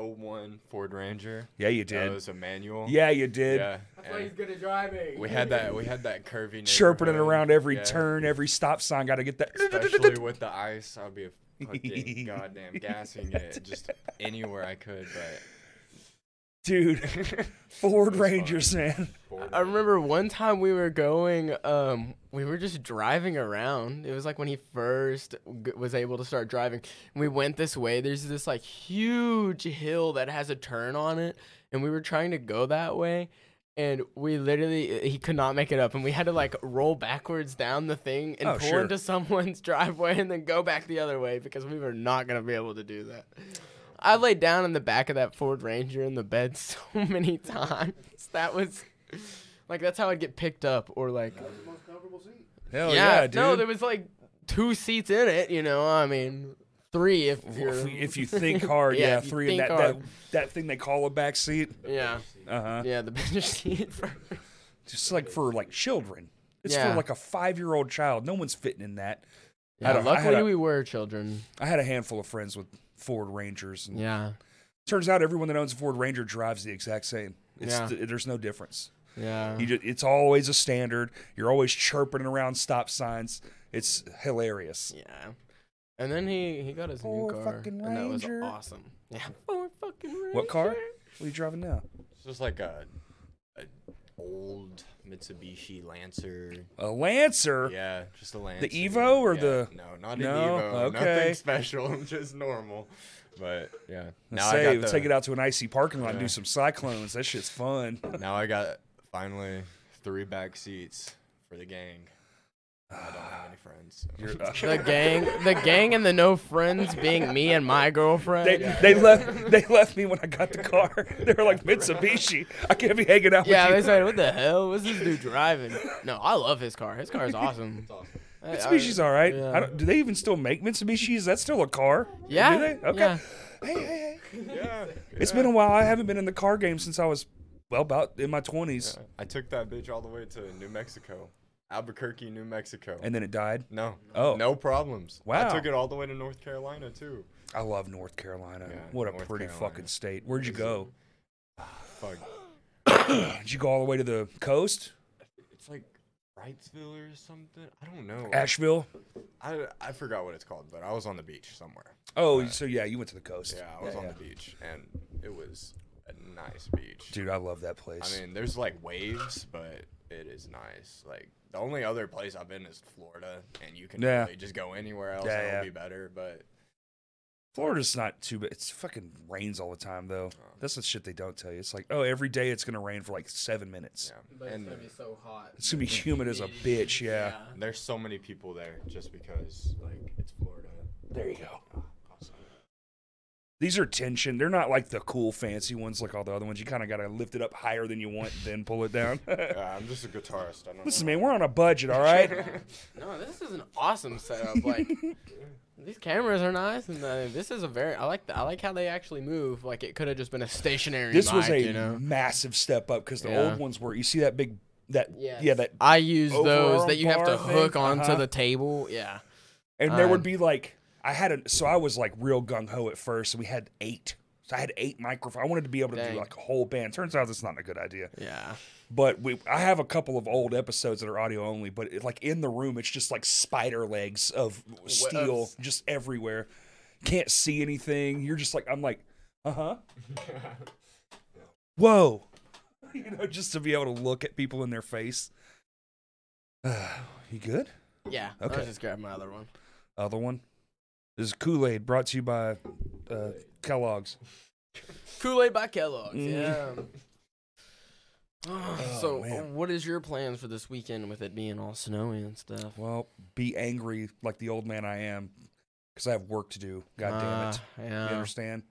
01 Ford Ranger. Yeah, you That did. was a manual. Yeah, you did. Yeah. that's why and he's good at driving. we had that we had that curvy Chirping it neighborhood, around every yeah, turn, every stop sign. Got to get that. Especially with the ice, I'd be fucking goddamn gassing it just anywhere I could, but Dude, Ford It was fun. Rangers, man. Ford I remember one time we were going, um, we were just driving around. It was like when he first g- was able to start driving. We went this way. There's this like huge hill that has a turn on it, and we were trying to go that way. And we literally, uh, he could not make it up, and we had to like roll backwards down the thing and Oh, pull sure. into someone's driveway and then go back the other way because we were not gonna be able to do that. I laid down in the back of that Ford Ranger in the bed so many times. That was like that's how I'd get picked up or like Hell Oh, yeah, dude. no, there was like two seats in it. You know, I mean three if you're if, if you think hard, Yeah, yeah, if you three in think that, that hard. that thing they call a back seat. yeah Uh huh. yeah the bench seat. For, Just like for like children. It's Yeah. for like a five year old child. No one's fitting in that. yeah, don't- I had luckily a- we were children. I had a handful of friends with Ford Rangers, and Yeah turns out everyone that owns a Ford Ranger drives the exact same. It's Yeah. Uh-huh. th- there's no difference. yeah. You just, it's always a standard. You're always chirping around stop signs. It's hilarious. Yeah. And then he, he got his Ford new car, fucking and that was Ranger. awesome. Yeah, Ford fucking Ranger. What car? What are you driving now? It's just like a, a old Mitsubishi Lancer. A Lancer. Yeah, just a Lancer. Evo or Yeah, the- No, not No? an Evo. Okay. Nothing special, just normal. But yeah, Now now I got the, let's take it out to an icy parking lot and Yeah. do some cyclones. That shit's fun. Now I got finally three back seats for the gang. I don't have any friends. so- You're- uh, The gang, the gang, and the no friends being me and my girlfriend. They, they left. They left me when I got the car. They were like Mitsubishi. I can't be hanging out yeah, they with you. said, "What the hell? What's this dude driving?" No, I love his car. His car is awesome. I- I- Mitsubishi's all right. Yeah. I don't, do they even still make Mitsubishi? Is that still a car? Yeah. Do they? Okay. yeah. Hey, hey, hey. yeah, It's been a while. I haven't been in the car game since I was well about in my twenties, I took that bitch all the way to New Mexico, Albuquerque, New Mexico. and then it died. no, Oh. no problems. I Wow. took it all the way to North Carolina too. I love North Carolina. Yeah, what a North pretty Carolina. fucking state. Where'd you It's- go? Fuck. Did you go all the way to the coast? It's like Wrightsville or something. I don't know. Asheville? I, I forgot what it's called, but I was on the beach somewhere. Oh, so yeah, you went to the coast. Yeah, I was on yeah. the beach, and it was a nice beach. Dude, I love that place. I mean, there's like waves, but it is nice. Like the only other place I've been is Florida, and you can Yeah. really just go anywhere else Yeah, and yeah. it'll be better. But Florida's not too bad. It's fucking rains all the time though. Oh. That's the shit they don't tell you. It's like, oh, every day it's gonna rain for like seven minutes. yeah, But and it's gonna be so hot. It's gonna be humid as a bitch. Yeah. there's so many people there just because like it's Florida. There you go. Also, These are tension. They're not like the cool fancy ones like all the other ones. You kind of gotta lift it up higher than you want, then pull it down. Yeah, I'm just a guitarist. I don't Listen, know. man, we're on a budget, all right? No, this is an awesome setup. Like these cameras are nice, and uh, this is a very. I like the, I like how they actually move. Like it could have just been a stationary. this mic, was a You know? massive step up because the Yeah. old ones were. You see that big that yeah Yes. that I use overall those that you have to bar thing, hook onto uh-huh. the table. Yeah. and there would Um, be like I had a so I was like real gung ho at first, and we had eight. So I had eight microphones. I wanted to be able to Dang. do like a whole band. Turns out that's not a good idea. Yeah. But we, I have a couple of old episodes that are audio only. But it, like in the room, it's just like spider legs of steel just everywhere. Can't see anything. You're just like I'm like, uh huh. Whoa, you know, just to be able to look at people in their face. you good? Yeah. Okay. I'll just grab my other one. other one. This is Kool Aid brought to you by uh, Kellogg's. Kool Aid by Kellogg's. Mm. Oh, Yeah. Ugh, so, man. uh, what is your plans for this weekend with it being all snowy and stuff? Well, be angry like the old man I am because I have work to do. God damn it. Uh, You Yeah. understand?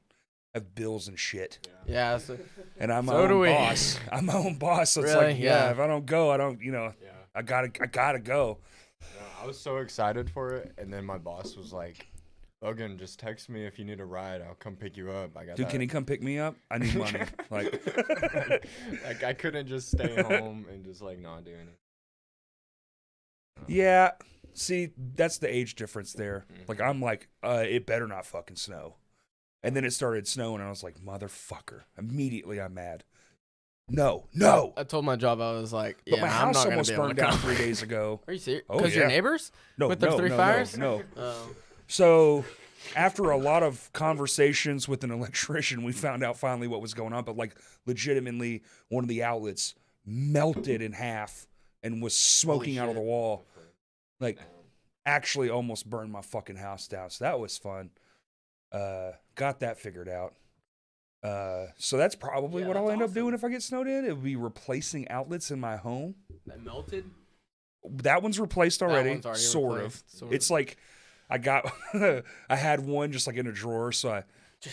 I have bills and shit. Yeah. So, And I'm my So do own we. boss. I'm my own boss. So it's Really? like, yeah, Yeah. if I don't go, I don't, you know, Yeah. I gotta, I gotta go. No, I was so excited for it, and then my boss was like, "Logan, just text me if you need a ride. I'll come pick you up. I got Dude, that." can you come pick me up? I need money. like, like I couldn't just stay home and just like not do anything. yeah. See, that's the age difference there. Mm-hmm. Like, I'm like, uh, it better not fucking snow. And then it started snowing, and I was like, motherfucker. Immediately, I'm mad. No, no. I told my job I was like, But Uh, yeah, my I'm house not gonna almost be able to burned down come. three days ago. Are you serious? Oh, Because yeah. your neighbors? No, With the no, three no, no, fires? No, Oh. So, after a lot of conversations with an electrician, we found out finally what was going on. But like, legitimately, one of the outlets melted in half and was smoking out of the shit. wall. Like, actually, almost burned my fucking house down. So that was fun. Uh, got that figured out. Uh, so that's probably Yeah, what I'll that's end up awesome. doing if I get snowed in. It would be replacing outlets in my home. That melted? That one's replaced That already, one's already sort of. replaced, sort It's like I got, I had one just like in a drawer, so I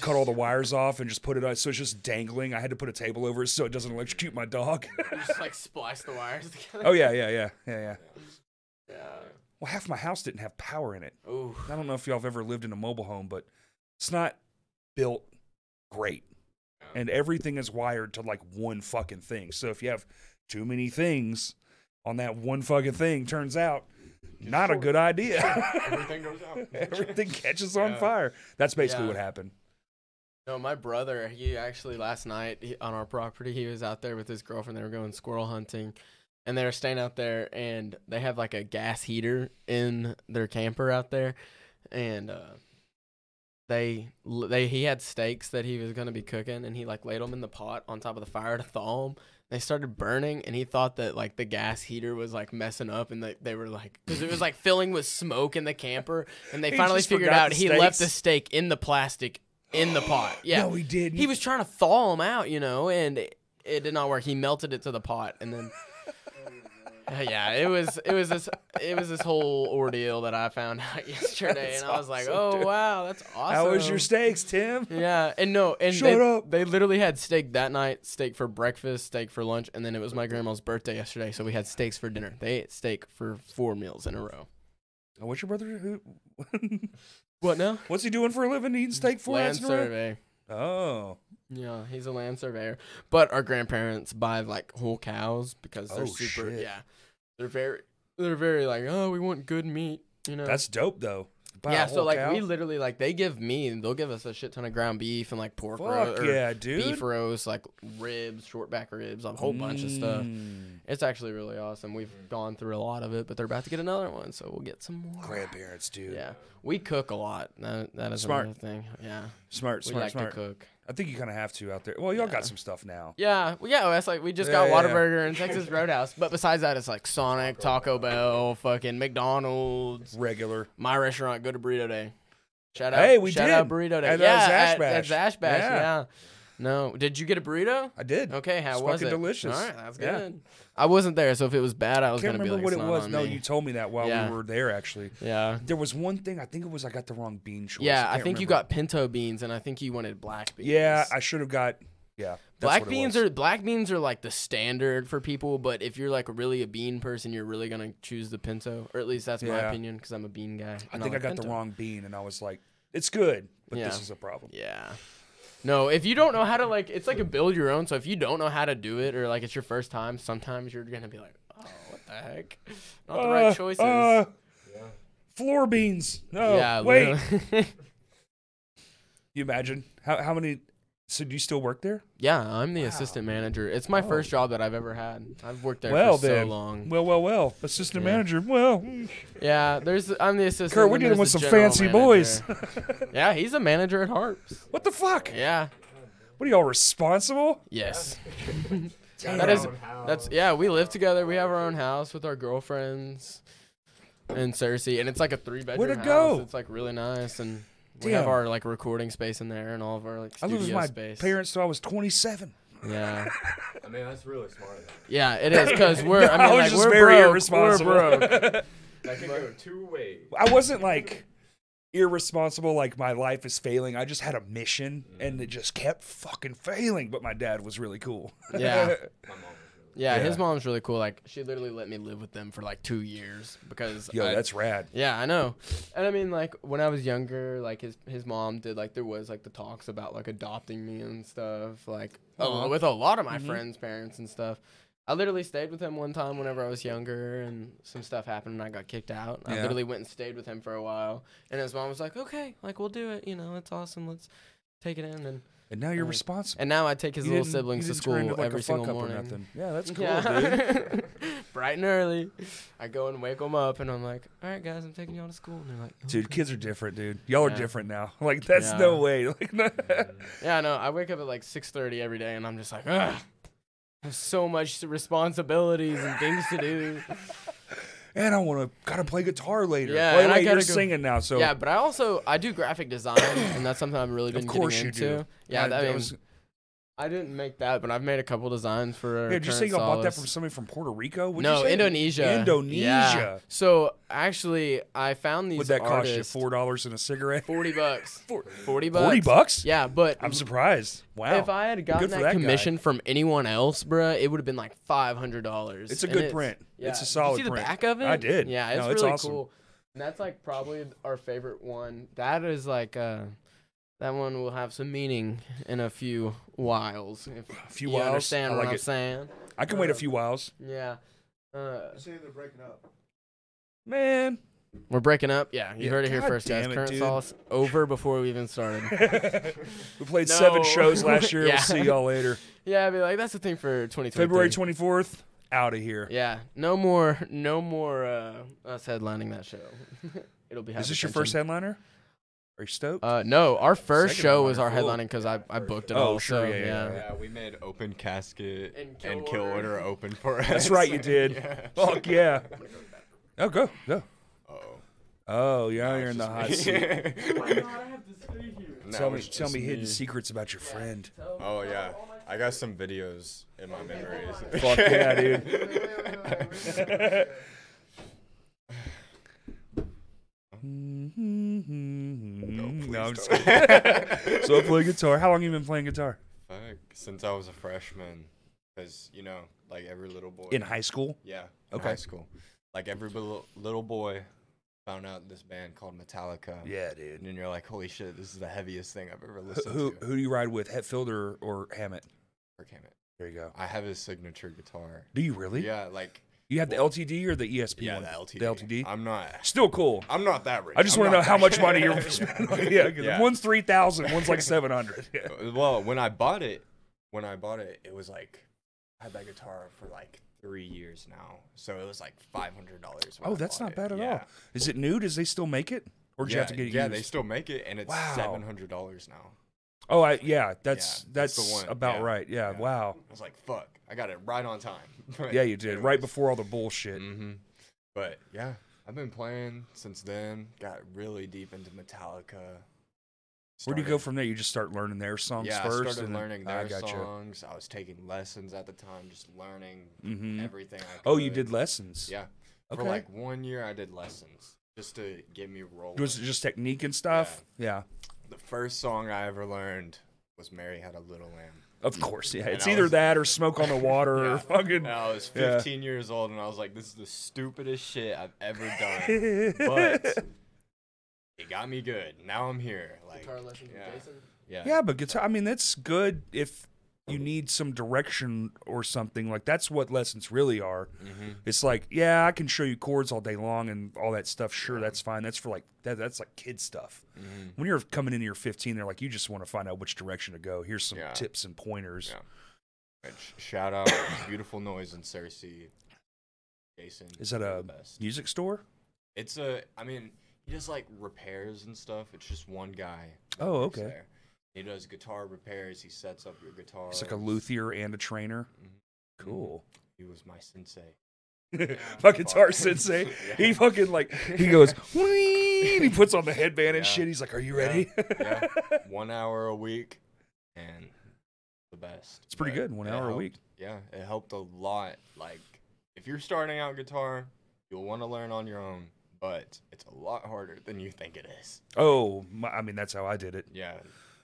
cut all the wires off and just put it on. So it's just dangling. I had to put a table over it so it doesn't electrocute my dog. Just like splice the wires together. oh yeah, yeah, yeah, yeah, yeah. Yeah. Well, half my house didn't have power in it. Ooh. I don't know if y'all have ever lived in a mobile home, but it's not built great. And everything is wired to like one fucking thing. So if you have too many things on that one fucking thing, turns out not a short. good idea. Everything goes out. everything catches on Yeah. fire. That's basically Yeah. what happened. No, my brother, he actually last night he, on our property, he was out there with his girlfriend. They were going squirrel hunting and they were staying out there and they have like a gas heater in their camper out there. And, uh, they, they, he had steaks that he was going to be cooking and he like laid them in the pot on top of the fire to thaw them. They started burning and he thought that like the gas heater was like messing up and like they were like, cause it was like filling with smoke in the camper. And they He finally just figured forgot out the he left the steaks. steak in the plastic in the pot. Yeah. No, he didn't. He was trying to thaw him out, you know, and it, it did not work. He melted it to the pot, and then Uh, yeah, it was it was this it was this whole ordeal that I found out yesterday, That's and I was like, awesome, oh dude. wow, that's awesome. How was your steaks, Tim? Yeah, and no, and Shut they, up. they literally had steak that night, steak for breakfast, steak for lunch, and then it was my grandma's birthday yesterday, so we had steaks for dinner. They ate steak for four meals in a row. Oh, What's your brother? Who? What now? What's he doing for a living? Eating steak for Land us? survey. Oh, Yeah, he's a land surveyor. But our grandparents buy like whole cows because they're Oh, super shit. yeah. They're very they're very like, oh, we want good meat, you know. that's dope though. Buy a yeah, so whole like cow? we literally like they give me they'll give us a shit ton of ground beef and like pork roast Fuck or yeah, beef dude. roast, like ribs, short back ribs, a whole bunch of stuff. Mm. It's actually really awesome. We've gone through a lot of it, but they're about to get another one, so we'll get some more. Grandparents, dude. Yeah, we cook a lot. That, that is Smart. another thing. Yeah, Smart, we smart, like smart. to cook. I think you kind of have to out there. Well, y'all Yeah. got some stuff now. Yeah, well, yeah. That's like we just Yeah, got yeah, yeah. Whataburger and Texas Roadhouse, but besides that, it's like Sonic, Taco Bell, fucking McDonald's, Regular. my restaurant. Go to Burrito Day. Shout out. Hey, we shout did. out Burrito Day. At, uh, yeah, Zash at, at Bash. Zash Bash. Yeah. Yeah. No, did you get a burrito? I did. Okay, how It's was fucking it? delicious. All right, that's Yeah. good. I wasn't there, so if it was bad, I I was can't gonna be remember like, what it "It's not was. on No, me." you told me that while Yeah. we were there, actually. Yeah. There was one thing. I think it was I got the wrong bean choice. Yeah, I, can't think you remember. got pinto beans, and I think you wanted black beans. Yeah, I should have got. Yeah. that's black what it beans was. are black beans are like the standard for people, but if you're like really a bean person, you're really gonna choose the pinto, or at least that's my Yeah. opinion because I'm a bean guy. I and think I like got the pinto. wrong bean, and I was like, "It's good, but this Yeah. is a problem." Yeah. No, if you don't know how to like, it's like a build your own. So if you don't know how to do it, or like it's your first time, sometimes you're gonna be like, oh, what the heck? Not the Uh, right choices. uh, floor beans. No, yeah. wait. literally. You imagine how how many? So do you still work there? yeah, I'm the assistant manager. It's my first job that I've ever had. I've worked there Oh. well for then, so long. well, well, well. Assistant Yeah. manager. Well, mm. Yeah, there's I'm the assistant. Kurt, we're and dealing there's with the some general fancy manager. boys. Yeah, he's a manager at Harps. what the fuck? Yeah. What are y'all responsible? Yes. that is that's yeah, we live together. We have our own house with our girlfriends in Cersei and it's like a three bedroom it house. go? It's like really nice and we have Damn. our like recording space in there and all of our like I studio lived with my space. parents till I was 27. Yeah. I mean, that's really smart. Of them. Yeah, it is cuz we're I mean was like just we're very broke, irresponsible. We're broke. That can go two ways. I wasn't like irresponsible, like my life is failing. I just had a mission and it just kept fucking failing. But my dad was really cool. Yeah. My mom. Yeah, his Yeah. mom's really cool. Like she literally let me live with them for like 2 years because Yo, I- that's rad. Yeah, I know. And I mean, like when I was younger, like his his mom did like there was like the talks about like adopting me and stuff, like a lo- Aw. Mm-hmm. with a lot of my friends' parents and stuff. I literally stayed with him one time whenever I was younger, and some stuff happened, and I got kicked out. I Yeah. literally went and stayed with him for a while, and his mom was like, "Okay, like we'll do it. You know, it's awesome. Let's take it in." And And now you're Right. responsible. and now I take his You little didn't- you siblings to didn't turn school into, like, every a single fuck up or morning. nothing. Yeah, that's cool, dude. Yeah. Bright and early. I go and wake them up, and I'm like, all right, guys, I'm taking y'all to school. And they're like, Dude, kids are different, dude. Y'all Yeah. are different now. Like that's Yeah. no way. Like no- yeah, no, I wake up at like 6.30 every day, and I'm just like, ugh. I have so much responsibilities and things to do. and I want to gotta play guitar later. Yeah, Wait, and I wait, you're gotta go- singing now, so yeah, but I also I do graphic design, and that's something I've really been course you getting into. do. Yeah, I- that, I, that mean, was- I didn't make that, but I've made a couple designs for. our Yeah, did you say current y'all bought that solace. from somebody from Puerto Rico? What'd you No, say? Indonesia. Indonesia. Yeah. So actually, I found these. Would that cost you artists, four dollars and a cigarette? Forty bucks. Forty bucks. Forty bucks? Yeah, but I'm surprised. Wow. if I had Good gotten for that, that guy. commission from anyone else, bruh, it would have been like five hundred dollars. It's a good print. It's a solid you see print. The back of it. I did. Yeah, it's No, it's really awesome. cool. And that's like probably our favorite one. That is like uh, that one will have some meaning in a few whiles. If a few you whiles, understand I what like I'm it. saying? I can wait a few whiles. Yeah. Uh, saying they're breaking up. Man. we're breaking up. Yeah, you Yeah, heard it here God first, guys. damn it, Current dude. solace over before we even started. We played seven No. shows last year. Yeah. We'll see y'all later. yeah, I'd be like, that's the thing for 2023. February 24th, out of here. Is Yeah, no more, no more uh, us headlining that show. It'll be. this your first headliner? Are you stoked? Uh, no, our first Second show was our headliner. headlining because I, I booked it Oh, all. sure, so, yeah, yeah, yeah, yeah. Yeah, we made open casket And and kill kill, order. order. open for us. That's right, you did. Yeah. Fuck yeah. Oh, go. Go. Uh-oh. Oh, yeah, you're in the hot It's just seat. me. Now Tell me, it's tell just me hidden secrets about your friend. Oh yeah, I got some videos in my memories. Fuck yeah, dude. no, I'm just kidding. so I play guitar. How long you been playing guitar? Fuck, since I was a freshman, because you know, like every little boy. In high school? yeah. In Okay. High school, like every little, little boy found out this band called Metallica. Yeah, dude. And then you're like, holy shit, this is the heaviest thing I've ever Who listened who, to. who do you ride with, Hetfield or, or Hammett? Or came it. There you go. I have his signature guitar. Do you really? Yeah, like You have the LTD or the ESP Yeah, one? the LTD. The LTD. I'm not. Still cool. I'm not that rich. I just I'm want to not know how that- much money you're spending. yeah, 'cause Yeah. one's three thousand, one's like seven hundred. Yeah. well, when I bought it, when I bought it, it was like I had that guitar for like three years now, so it was like five hundred dollars. Oh, that's not bad at all. Is it new? Does they still make it, or do yeah, you have to get it yeah, used? they still make it, and it's Wow. seven hundred dollars now. oh, I, yeah, that's Yeah, that's, that's the one. about Yeah. right. Yeah, Yeah. wow. I was like, "Fuck, I got it right on time." But Yeah, you did it right was- before all the bullshit. Mhm. But yeah, I've been playing since then. Got really deep into Metallica. Where do you Started- go from there? You just start learning their songs yeah, first. I started and then- learning I their gotcha. songs. I was taking lessons at the time, just learning Mhm. everything. I could. Oh, you did lessons. Yeah, Okay. for like one year, I did lessons just to get me rolling. was it just technique and stuff? Yeah. the first song I ever learned was "Mary Had a Little Lamb." Of course. Yeah. It's I either was- that or smoke on the water Yeah. or fucking. And I was Yeah. 15 years old, and I was like, "This is the stupidest shit I've ever done." but it got me good. Now I'm here. Like, Guitar lessons with yeah. Jason. yeah, Yeah, but guitar. I mean, that's good if you need some direction or something. Like that's what lessons really are. Mm-hmm. It's like, yeah, I can show you chords all day long and all that stuff. Sure, that's fine. That's for like that, that's like kid stuff. Mm-hmm. When you're coming into your 15, they're like, you just want to find out which direction to go. Here's some Yeah. tips and pointers. Yeah. And sh- shout out, beautiful noise in Cersei. Jason Is that you're a the best. music store? It's a. I mean, he does like repairs and stuff. It's just one guy. that Oh, works okay. there. He does guitar repairs. He sets up your guitar. It's like a luthier and a trainer. Mm-hmm. Cool. He was my sensei. my guitar sensei. He fucking like he goes, "Wee," and he puts on the headband and Yeah. shit. He's like, "Are you ready?" Yeah, one hour a week, and the best. It's pretty But good, one it hour a helped. week. Yeah, it helped a lot. Like, if you're starting out guitar, you'll want to learn on your own, but it's a lot harder than you think it is. oh, my, I mean, that's how I did it. Yeah.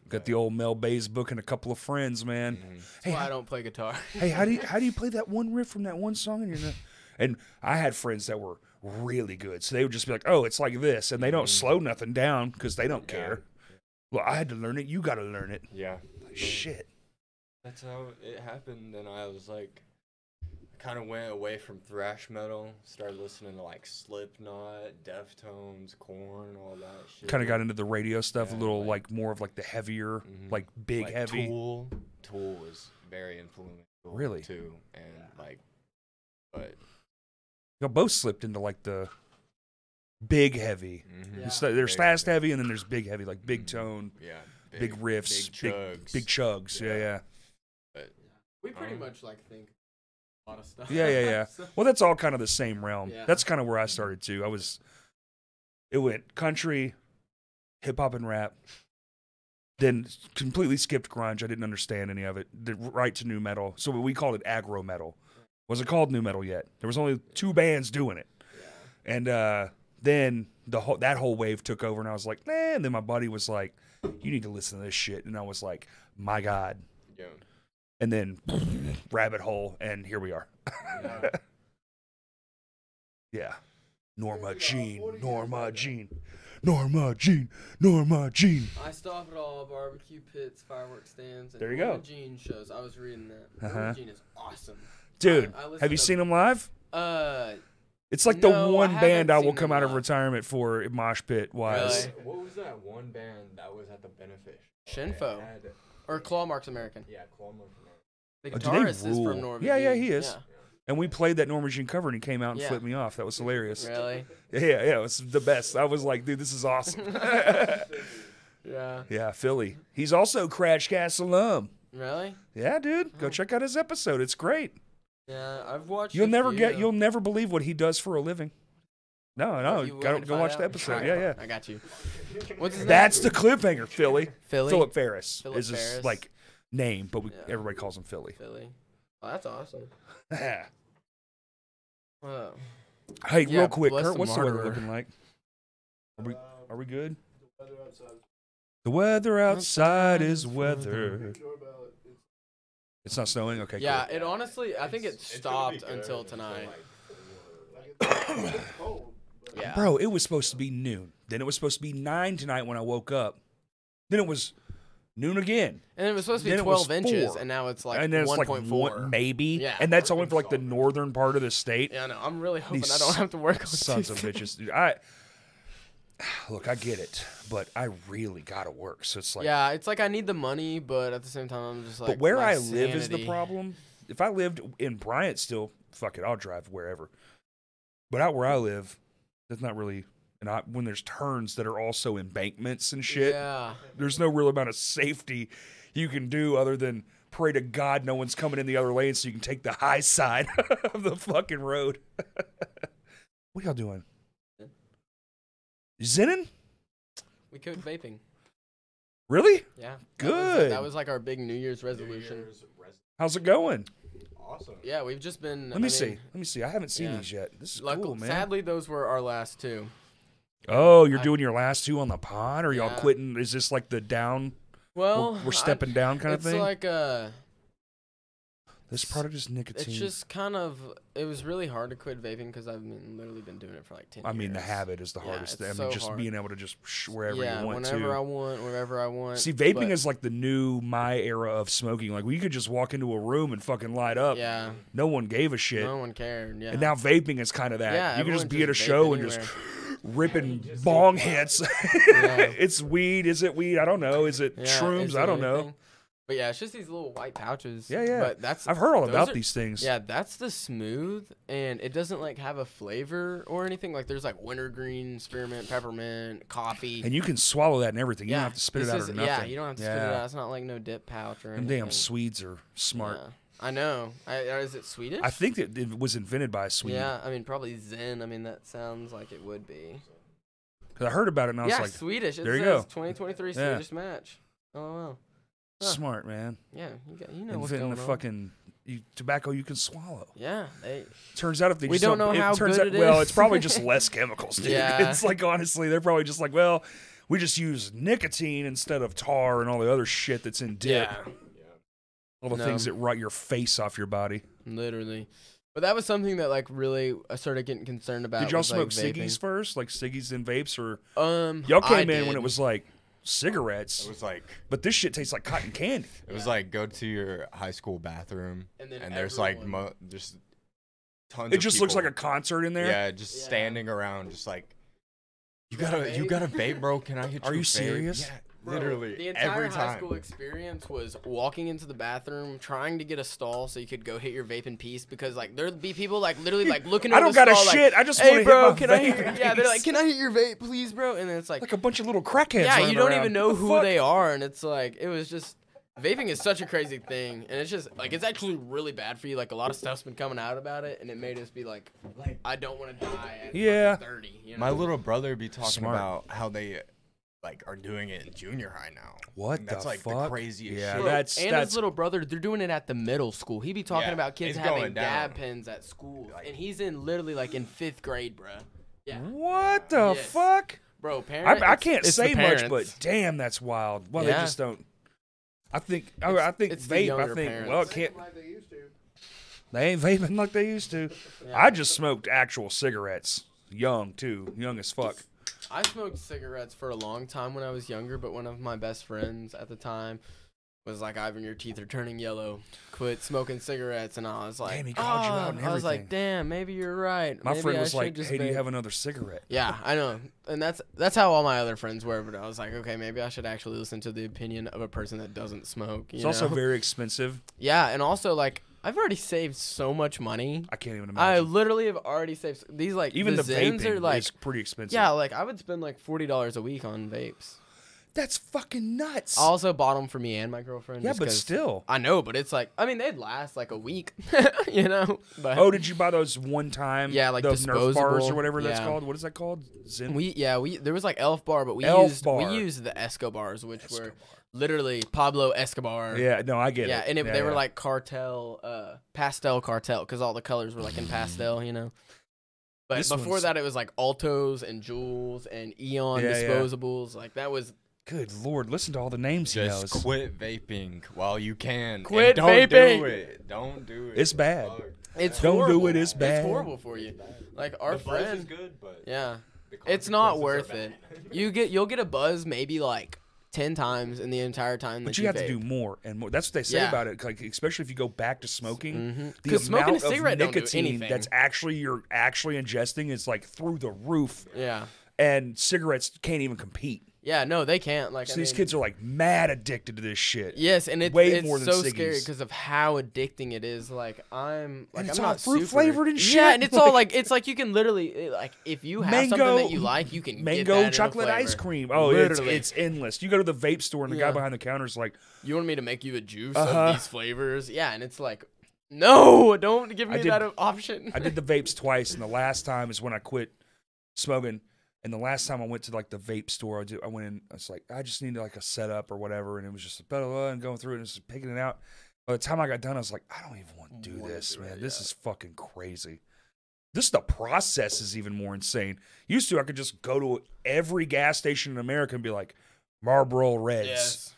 Got the old Mel Bays book and a couple of friends, man. mm-hmm. That's Hey, why I how, don't play guitar. hey, how do you how do you play that one riff from that one song? And you're not, and I had friends that were really good, so they would just be like, "Oh, it's like this," and they don't slow nothing down because they don't Mm-hmm. Yeah. care. Well, I had to learn it. You got to learn it. Yeah. Shit. That's how it happened. And I was like, kind of went away from thrash metal, started listening to like Slipknot, Deftones, Corn, all that shit. Kind of got into the radio stuff a Yeah, little, like, like- more of like the heavier, Mhm. like big Like, heavy. Tool. Tool was very influential. Really? Too. And like, but. Y'all both slipped into like the big heavy. Yeah. It's like there's mm-hmm. Big fast heavy. heavy and then there's big heavy, like big Mhm. tone, Yeah. big, riffs, big chugs. Big, chugs. Yeah. yeah, Yeah. We pretty Um, much like think a lot of stuff. Yeah, yeah, yeah. So- Well, that's all kind of the same realm. Yeah. That's kind of where I started too. I was, it went country, hip hop and rap, then completely skipped grunge. I didn't understand any of it. The right to new metal. So we called it aggro metal. Wasn't called new metal yet. There was only two bands doing it. And uh, then the whole that whole wave took over, and I was like, nah. And then my buddy was like, "You need to listen to this shit," and I was like, "My God!" Yeah. And then rabbit hole, and here we are. Yeah. Yeah, Norma Jean, Norma Jean, Norma Jean, Norma Jean. I stop at all barbecue pits, fireworks stands, and There you Norma go. Jean shows. I was reading that. Uh-huh. Norma Jean is awesome. Dude, I- I have you listened to- seen them live? Uh, It's like No, I the one band haven't I will seen come 'em out of live. retirement for mosh pit wise. Really? What was that one band that was at the benefit? Shinfo. or Claw Mark's American. Yeah, Cuomo. The Oh, do they guitarist is rule? from Norma. Yeah, yeah, Jean. he is. And we played that Norma Jean cover, and he came out and Yeah. flipped me off. That was hilarious. Yeah. Really? Yeah, yeah, it was the best. I was like, dude, this is awesome. Yeah. yeah, Philly. He's also Crash Cast alum. Really? Yeah, dude, go check out his episode. It's great. Yeah. I've watched. You'll a never few. get, you'll never believe what he does for a living. No, no, You want go, me to go find watch out? the episode. Alright, Yeah, yeah. I got you. What's his That's the cliffhanger, Philly. Philly? Philip Ferris Philip is his Ferris. like name, but we, Yeah. everybody calls him Philly. name? Philly. Oh, that's awesome. hey, Wow. Yeah, real quick, bless Kurt, him what's the weather harder. looking like? Are we, are we good? The weather outside is weather. It's not snowing. Okay. Yeah. cool. It honestly, I think it stopped until tonight. Yeah. Bro, it was supposed to be noon. Then it was supposed to be nine tonight when I woke up. Then it was noon again. And it was supposed to be Then it was 12 inches, four. and now it's like and then it's like 1.4. one, maybe. Yeah. And that's only for like the northern part of the state. yeah, no, I'm really hoping These I don't have to work on Sons these of things. bitches. Dude, I look, I get it, but I really gotta work. So it's like yeah, it's like I need the money, but at the same time, I'm just like. but where my I live is the sanity. problem. If I lived in Bryant still, fuck it, I'll drive wherever. But out where I live, that's not really and I, when there's turns that are also embankments and shit, Yeah. there's no real amount of safety you can do other than pray to God no one's coming in the other lane so you can take the high side of the fucking road. what y'all doing? Zennin? We quit vaping. Really? Yeah. that was it. Good. That was like our big New Year's resolution. How's it going? Awesome. Yeah, we've just been. Let me see. Let me see. I haven't seen yeah. these yet. This is Luckily, cool, man. sadly, those were our last two. Oh, you're I- doing your last two on the pod? Or y'all Yeah. quitting? Is this like the down? Well, we're, we're I- stepping down kind of it's thing? like uh, this product is nicotine. it's just kind of. It was really hard to quit vaping because I've been, literally been doing it for like ten. I mean, the years. habit is the Yeah, hardest it's thing. I mean, so just hard. being able to just sh- wherever yeah, you want whenever to. I want, wherever I want. See, vaping but- is like the new my era of smoking. Like we could just walk into a room and fucking light up. Yeah, No one gave a shit. no one cared. Yeah, And now vaping is kind of that. yeah, you can just everyone be at a vape show and just anywhere. ripping bong hits. Yeah. it's weed. Is it weed? I don't know. Is it Yeah, shrooms? it's I don't know. everything. But yeah, it's just these little white pouches. Yeah, yeah. But that's I've heard all those about are- these things. Yeah, that's the smooth, and it doesn't like have a flavor or anything. Like there's like wintergreen, spearmint, peppermint, coffee. And you can swallow that and everything. You yeah, don't have to spit it this out is- or nothing. Yeah, you don't have to spit it Yeah. out. It's not like no dip pouch or Them anything. damn Swedes are smart. Yeah. I know. I, or is it Swedish? I think that it was invented by a Swede. Yeah, I mean probably Zen. I mean that sounds like it would be. 'Cause I heard about it and I was yeah, like, Swedish. It there you go. says 2023 Yeah. Swedish match. Oh wow. Huh. smart, man. Yeah, you, got, you know what's Inventing going the on. fucking you, tobacco you can swallow. Yeah, they, Turns out if they We just don't know it how turns good out, it Well, is. it's probably just less chemicals, dude. Yeah. It's like honestly, they're probably just like, well, we just use nicotine instead of tar and all the other shit that's in dip. yeah, All the No. things that rot your face off your body. literally. But that was something that like really I started getting concerned about. Did y'all was, smoke like, ciggies first, like ciggies and vapes, or vaping. Um, y'all I came in when did. it was like cigarettes? It was like But this shit tastes like cotton candy. it was like go to your high school bathroom And and, then there's like everyone- mo- there's tons. It of just looks like people. a concert in there. Yeah, just Yeah. standing around, just like you Got a gotta, you vape?" gotta vape, bro. Can I hit? Are your you vape?" serious? Yeah, Bro, literally the entire every high time. school experience was walking into the bathroom, trying to get a stall so you could go hit your vape in peace. Because like there'd be people like literally like looking. I At don't the got a stall, like, shit, I just hey, wanna hit bro, my can I? vape hit in your-" Yeah, they're like, peace." can I hit your vape, please, bro? And then it's like, like a bunch of little crackheads. yeah, you running don't around. even know What the who fuck? they are, and it's like it was just vaping is such a crazy thing, and it's just like it's actually really bad for you. Like a lot of stuff's been coming out about it, and it made us be like, I don't want to die at Yeah. fucking thirty. You know? My little brother be talking Smart. about how they like are doing it in junior high now. What And that's the like the fuck? craziest Yeah, shit. Bro, that's- and that's- his little brother. They're doing it at the middle school. He be talking Yeah, about kids it's having going down. dab pens at school, and he's in literally like in fifth grade, bro. Yeah, What the Yes. fuck? bro. Parents, I, I can't it's the say much, but parents. damn, that's wild. Well, they Yeah. just don't. I think. I- I It's- think it's the vape. I younger think. parents. Well, it can't. They ain't vaping like they used to. I just smoked actual cigarettes, young too, young as fuck. I smoked cigarettes for a long time when I was younger, but one of my best friends at the time was like, "Ivan, your teeth are turning yellow. Quit smoking cigarettes." And I was like, Damn, he called you out "Oh," and I was like, everything. "Damn, maybe you're right." My Maybe friend I was should like, just "Hey, do you vape." have another cigarette?" Yeah, I know, and that's that's how all my other friends were. But I was like, okay, maybe I should actually listen to the opinion of a person that doesn't smoke. You It's also know? very expensive. yeah, and also like I've already saved so much money. I can't even I imagine. literally have already saved s- these like even the, Zins vaping are like is pretty expensive. yeah, like I would spend like forty dollars a week on vapes. that's fucking nuts. I also bought them for me and my girlfriend. yeah, just but 'cause- still. I know, but it's like I mean they'd last like a week, you know. But Oh, did you buy those one time? Yeah, like those Nerf bars disposable. or whatever that's Yeah. called. What is that called? Zen. We yeah we there was like Elf Bar, but we Elf used Bar. we used the Escobars, which were literally Pablo Escobar. yeah, no, I get yeah, it. and it, they were yeah. like cartel, uh, pastel cartel, because all the colors were like in pastel, you know. But This before one's- that, it was like Altos and Jewels and Eon Yeah, yeah. disposables. Like that was Good lord, listen to all the names he Just knows. quit vaping while you can. and Quit don't vaping. Do it. Don't do it. It's bad. it's Don't do horrible. it, it's bad. It's horrible for you. Like our friend, good, but yeah, it's not worth it. You get you'll get a buzz maybe like ten times in the entire time. But that you have to do more and more. That's what they say Yeah. about it. Like especially if you go back to smoking, Mm-hmm. the smoking amount a cigarette of don't do nicotine anything. that's actually you're actually ingesting is like through the roof, yeah, and cigarettes can't even compete. yeah. No, they can't. Like So I these mean- kids are like mad addicted to this shit. Yes, and it's way it's more than so scary ciggies. because of how addicting it is. Like I'm like it's I'm all not fruit super- flavored and Yeah, shit, and it's all like it's like you can literally it- like if you have something Mango- that you like, you can get that in Mango a chocolate ice flavor. cream. Oh, it's, Literally. it's endless. You go to the vape store and the guy Yeah. behind the counter's like, You want me to make you a juice Uh-huh. of these flavors? Yeah, and it's like, no, don't give I me did- that option. I did the vapes twice, and the last time is when I quit smoking. And the last time I went to like the vape store, I, did, I went in. I was like, I just needed like a setup or whatever, and it was just blah, blah, blah, and going through it and just picking it out. By the time I got done, I was like, I don't even want to do Wanna this, do man. it, This yeah. is fucking crazy. This the process is even more insane. Used to I could just go to every gas station in America and be like, Marlboro Reds, yes.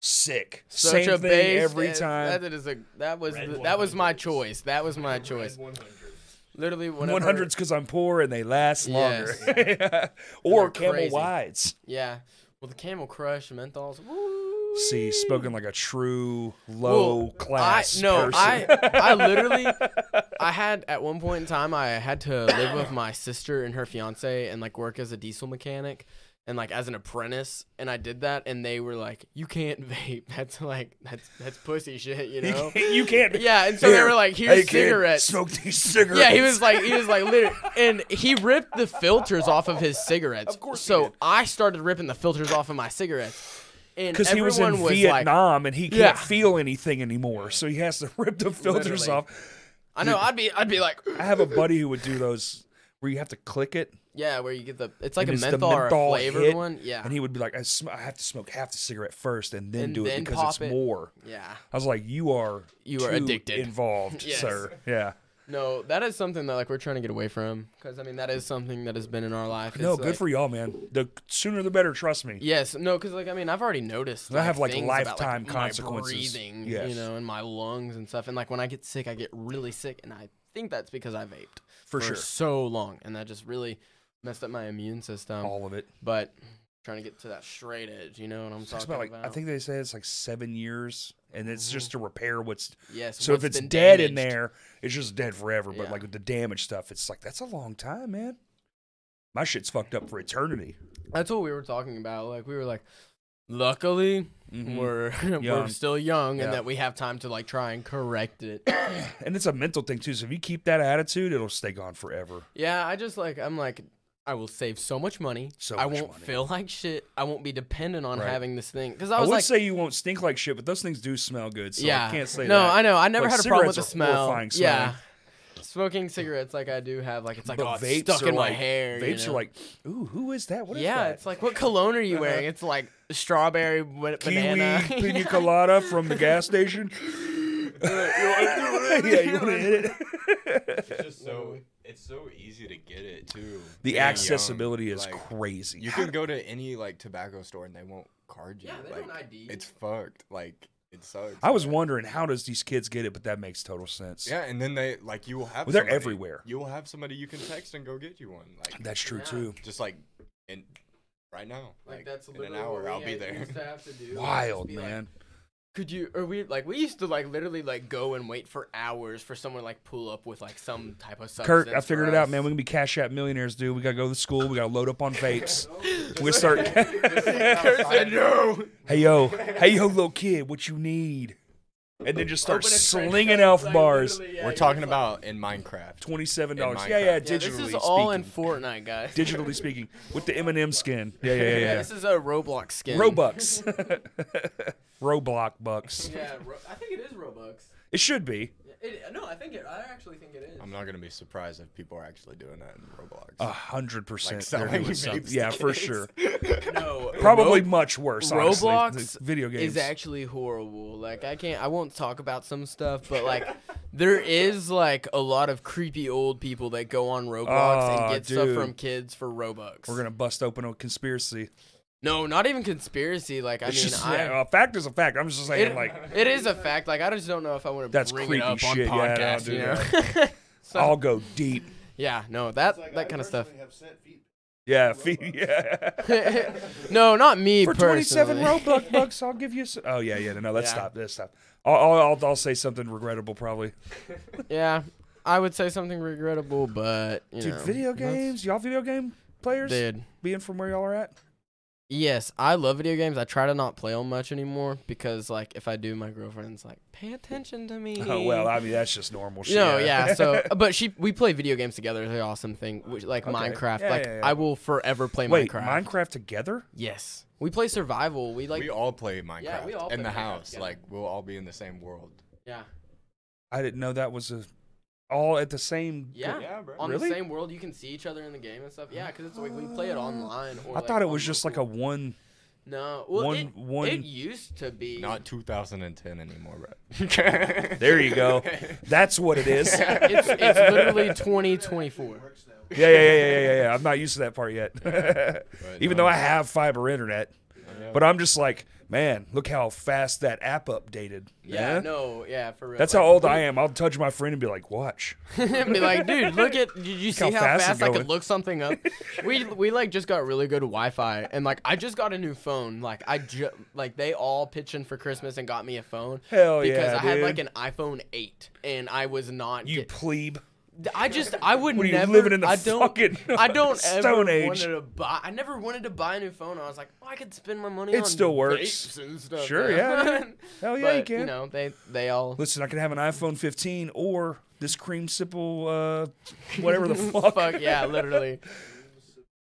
sick, Such same a thing base, every that- time. That is a that was Red the, that was my 100s. choice. That was my choice. Red 100. Literally, whenever, One hundreds because I'm poor and they last longer, Yes. or They're Camel crazy. Wides. Yeah, well, the Camel Crush, menthols. Woo. See, spoken like a true low Well, class. I, no, person. I I literally I had at one point in time I had to live with my sister and her fiance and like work as a diesel mechanic and like as an apprentice and I did that and they were like you can't vape that's like that's that's pussy shit you You know can't- you can't. yeah and so they Here, were like hey, here's kid, cigarettes Smoke these cigarettes. yeah, he was like, he was like, literally, and he ripped the filters off of his cigarettes. Of course he so did. I started ripping the filters off of my cigarettes, and because he was in everyone was like, Vietnam and he can't Yeah. feel anything anymore, so he has to rip the filters Literally. off. I know, I'd be, I'd be like, I have a buddy who would do those where you have to click it, yeah, where you get the, it's like and a it's the menthol, or a menthol flavored hit, one, yeah, and he would be like, I, sm- I have to smoke half the cigarette first and then And do it then because it's pop it." more." yeah. I was like, "You are You are too addicted." involved, Yes. sir." Yeah. No, that is something that like we're trying to get away from, because I mean that is something that has been in our life. No, It's, good like- for y'all, man. The sooner the better. Trust me. Yes, no, because like I mean, I've already noticed. I have, like, things about, lifetime my consequences. breathing, Yes. you know, and my lungs and stuff. And like when I get sick, I get really sick, and I think that's because I vaped For sure. so long, and that just really messed up my immune system. All of it. But trying to get to that straight edge, you know what I'm It's talking about like I think they say it's like seven years, and it's just to repair what's. yes. So what's if it's been dead in damaged. there, it's just dead forever. But Yeah. like with the damage stuff, it's like that's a long time, man. My shit's fucked up for eternity. that's what we were talking about. Like we were like, luckily Mm-hmm. we're Young. we're still young, Yeah. and that we have time to like try and correct it. And it's a mental thing too. So if you keep that attitude, it'll stay gone forever. Yeah, I just like I'm like I will save so much money. So I much won't money. feel like shit. I won't be dependent on Right. having this thing because I, I was would like, say you won't stink like shit, but those things do smell good. So yeah, I can't say no, that. I know. I never Like, had a problem with the cigarettes are smell. horrifying Yeah, smoking cigarettes like I do have like it's like But oh, it's vapes stuck are in my like- hair. you Vapes are know? like, ooh, who is that? What is yeah, that? Uh-huh. it's like what cologne are you wearing? It's like strawberry wi- banana. Kiwi pina colada from the gas station. yeah, you want to hit it? It's just so it's so easy to get it too. The being young, accessibility is like, crazy. You can go to any like tobacco store and they won't card you. Yeah, they like, don't ID. It's fucked. Like it sucks. I was man. wondering how does these kids get it, but that makes total sense. Yeah, and then they like you will have. Well, they're somebody- everywhere. You will have somebody you can text and go get you one. Like that's true Yeah. too. just like in right now. Like, that's in an literally hour. what I'll we be had- there. used to have to do, like, just Wild be like, man. Could you or we like we used to like literally like go and wait for hours for someone to, like pull up with like some type of substance. Kurt, I for figured it out, us. man. We're gonna be cash app millionaires, dude. We gotta go to school. We gotta load up on vapes. we start. hey no. yo, hey yo, little kid, what you need? And then just start Open a trash slinging can, elf like, bars. literally, yeah, We're you're talking just about in Minecraft. Twenty-seven dollars. In Yeah, yeah. Minecraft. Digitally like- Yeah, this is all in speaking. Fortnite, guys. digitally speaking, with the Eminem skin. Yeah, yeah, yeah. Yeah, yeah. this is a Roblox skin. Robux. Roblox bucks. Yeah, Ro- I think it is Robux. It should be. It, no, I think it. I actually think it is. I'm not gonna be surprised if people are actually doing that in Roblox. A hundred percent. Like Oh, they're doing selling vapes something. to Yeah, for kids. sure. No, Probably much worse. honestly. The Roblox video games. is actually horrible. Like I can't, I won't talk about some stuff, but like there is like a lot of creepy old people that go on Roblox Ah, and get stuff dude. from kids for Robux. We're gonna bust open a conspiracy. no, not even conspiracy. Like I It's mean, just I. yeah, a fact is a fact. I'm just saying, it, like, it is a fact. Like I just don't know if I want to That's bring creepy it up shit. on Yeah, podcast. don't do you know? So- I'll go deep. yeah, no, that It's like, that I kind of stuff. personally have sent feet Yeah, fee, yeah. no, not me For 27 personally. Robux bucks, I'll give you. s Oh yeah, yeah. No, let's Yeah. stop. Let's stop. I'll, I'll, I'll, I'll say something regrettable probably. Yeah, I would say something regrettable, but you Dude, know, video that's- games. Y'all video game players? dude. Being from where y'all are at. Yes, I love video games. I try to not play them much anymore because, like, if I do, my girlfriend's like, "Pay attention to me." Oh well, I mean that's just normal shit. No, yeah. So, uh, but she, we play video games together. It's an awesome thing, which, like Okay. Minecraft. Yeah, like, yeah, yeah. I will forever play wait, Minecraft. Minecraft. together? yes, we play survival. We like, we all play Minecraft Yeah, we all in play the Minecraft house. together. Like we'll all be in the same world. yeah, I didn't know that was a all at the same. yeah, bro. on Really? the same world. You can see each other in the game and stuff. Yeah, because it's like we play it online. Or, I like, thought it on was just like a local- one. no. Well, one- it, one- it used to be Not 2010 anymore, bro. There you go. That's what it is. Yeah, it's, it's literally 2024. yeah, yeah, yeah, yeah, yeah. I'm not used to that part yet. Even no. though I have fiber internet, but I'm just like, man, look how fast that app updated. Yeah, man. no, yeah, for real. That's how old I am. I'll touch my friend and be like, watch. am. be like, dude, look at. Did you see how how, fast fast, it's I going." could look something up? We we like just got really good Wi-Fi, and like I just got a new phone. Like I ju- like they all pitched in for Christmas and got me a phone. Hell because yeah, I had like dude. an iPhone 8, and I was not. You get- plebe. I just I would What are you, never. living in the I don't, fucking I don't Stone ever Age? wanted to buy. I never wanted to buy a new phone. I was like, oh, I could spend my money. It on still works. vapes and stuff, Sure, yeah, Hell yeah, but, you can. You know, they they all Listen, I can have an iPhone 15 or this creamsicle, uh, whatever the fuck. fuck yeah, literally.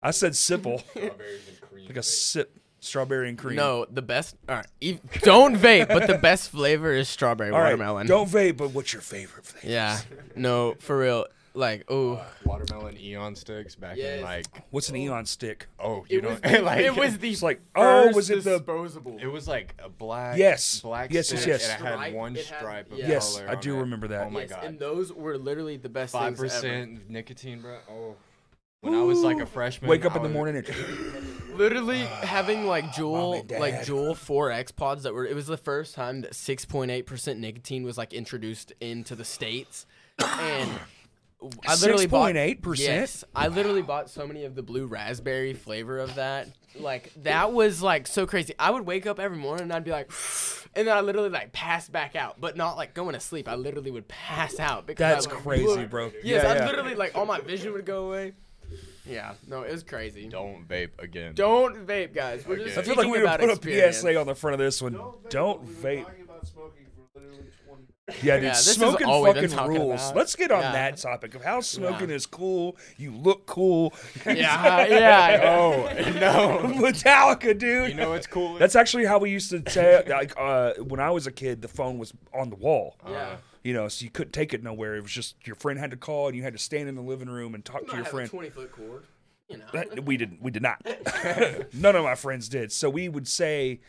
I said simple, like a sip, strawberry and cream. No, the best. All right, ev- don't vape, but the best flavor is strawberry All right, watermelon. Don't vape, but what's your favorite flavor? Yeah, no, for real. Like, oh, Watermelon Eon sticks back Yes. in like What's an Eon stick? oh you it was, don't like it was the It's like, oh, was it first the. disposable? it was like a black Yes. black Yes, yes, stick, yes. and it had Stripe, one it had- stripe of yeah. Yes, color I on do it. remember that. oh my Yes, god and those were literally the best five things ever. percent nicotine bro oh when I was like a freshman Wake up I in the was- morning and. Literally having like Juul, Ah, and Dad. like Juul 4X pods that were. It was the first time that 6.8% nicotine was like introduced into the states, and I literally bought 6.8%? Yes, I literally bought so many of the blue raspberry flavor of that. Like that was like so crazy. I would wake up every morning and I'd be like, and then I literally like pass back out, but not like going to sleep. I literally would pass out because I That's would crazy, look- bro. Yes, yeah, I yeah. literally like all my vision would go away. Yeah, no, it was crazy. don't vape again Don't vape, guys. We're just Okay. I feel speaking like we would about put experience. a PSA on the front of this one. Don't, vape. Yeah, dude, Yeah, this is smoking all we've been fucking talking rules. about. Let's get on Yeah. that topic of how smoking is cool. You look cool. Yeah, yeah. oh no Metallica, dude. you know what's cool That's actually how we used to say like uh, when I was a kid, the phone was on the wall. yeah. You know, so you couldn't take it nowhere. It was just your friend had to call, and you had to stand in the living room and talk to your friend. twenty foot cord. You know. That- we didn't. We did not. None of my friends did. So we would say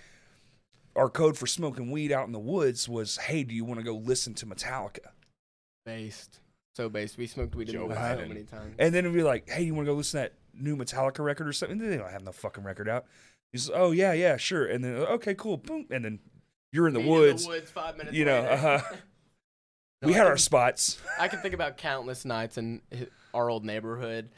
our code for smoking weed out in the woods was, "Hey, do you want to go listen to Metallica?" Based. So based. We smoked weed in Joe the woods so Biden. many times. And then it'd be like, "Hey, you want to go listen to that new Metallica record or something?" They don't have no fucking record out. He's, "Oh yeah, yeah, sure." And then, "Okay, cool." Boom. And then you're in the Being woods. In the woods. Five minutes. you know, later. uh, No, we I had can- our spots. I can think about countless nights in hi- our old neighborhood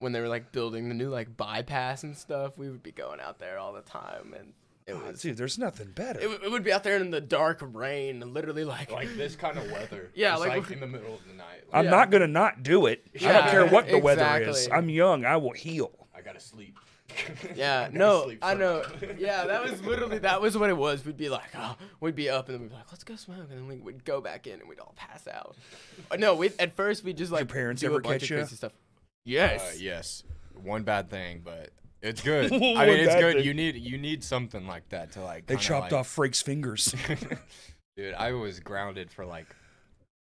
when they were like building the new like bypass and stuff. We would be going out there all the time, and it Oh, was. dude, there's nothing better. It, w- it would be out there in the dark rain, and literally like, like this kind of weather Yeah, It's like- like in the middle of the night like, I'm yeah. not gonna not do it. I don't Yeah, care what the weather is. exactly. I'm young. I will heal. I gotta sleep Uh, Yeah, gotta no, sleep I know. somehow. Yeah, that was literally that was what it was. We'd be like, oh, we'd be up and then we'd be like, let's go smoke, and then we would go back in and we'd all pass out. Uh, No, we at first we just like parents do ever a bunch catch of ya? crazy stuff. Yes. Uh, yes, one bad thing, but it's good. I One mean, it's bad good. thing. You need you need something like that to like. They kinda, chopped like- off Frake's fingers. Dude, I was grounded for like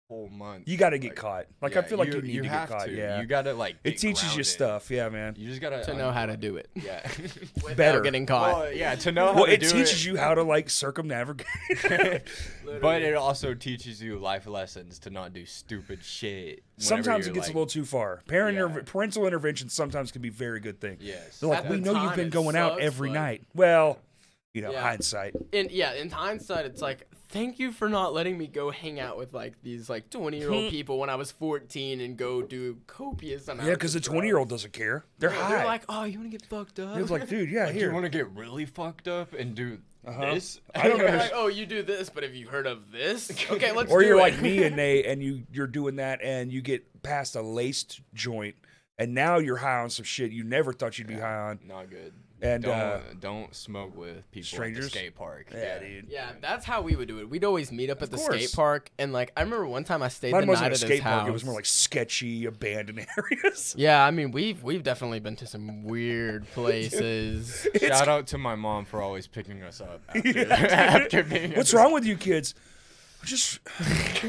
whole month. You got to get Like, caught. Like I yeah, feel like you, need to get have caught. Yeah, you gotta like. it get teaches you grounded. stuff. Yeah, man. You just gotta uh, To know how to do it Yeah. without Better. getting caught. well, yeah, to know how Well, to it do teaches you how to like circumnavigate. but it also teaches you life lessons to not do stupid shit. whenever sometimes it you're, gets like- a little too far. Parent Yeah. interve- parental intervention sometimes can be very good thing. Yes. They're like, At we the know you've time, been it going out sucks, every but- night. Well, You know, Yeah. hindsight. And yeah, in hindsight, it's like, thank you for not letting me go hang out with like these like 20 year old people when I was 14 and go do copious amounts. Yeah, because of the twenty year old doesn't care. They're drugs. high. They're like, oh, you want to get fucked up? it was like, dude, yeah, Like, here. you want to get really fucked up and do Uh-huh. this? I don't They're know. like, oh, you do this, but have you heard of this? Okay, let's. or do you're it. like me and they and you you're doing that and you get past a laced joint and now you're high on some shit you never thought you'd be high on. Not good. And, don't, uh, don't smoke with people strangers? at the skate park. dude. Yeah, that's how we would do it. We'd always meet up at the skate course. park, and like I remember one time I stayed Mine the wasn't a night at his skate house. park. It was more like sketchy, abandoned areas. Yeah, I mean we've we've definitely been to some weird places. Shout out to my mom for always picking us up after, after being. at What's the- wrong with you kids? I'm Just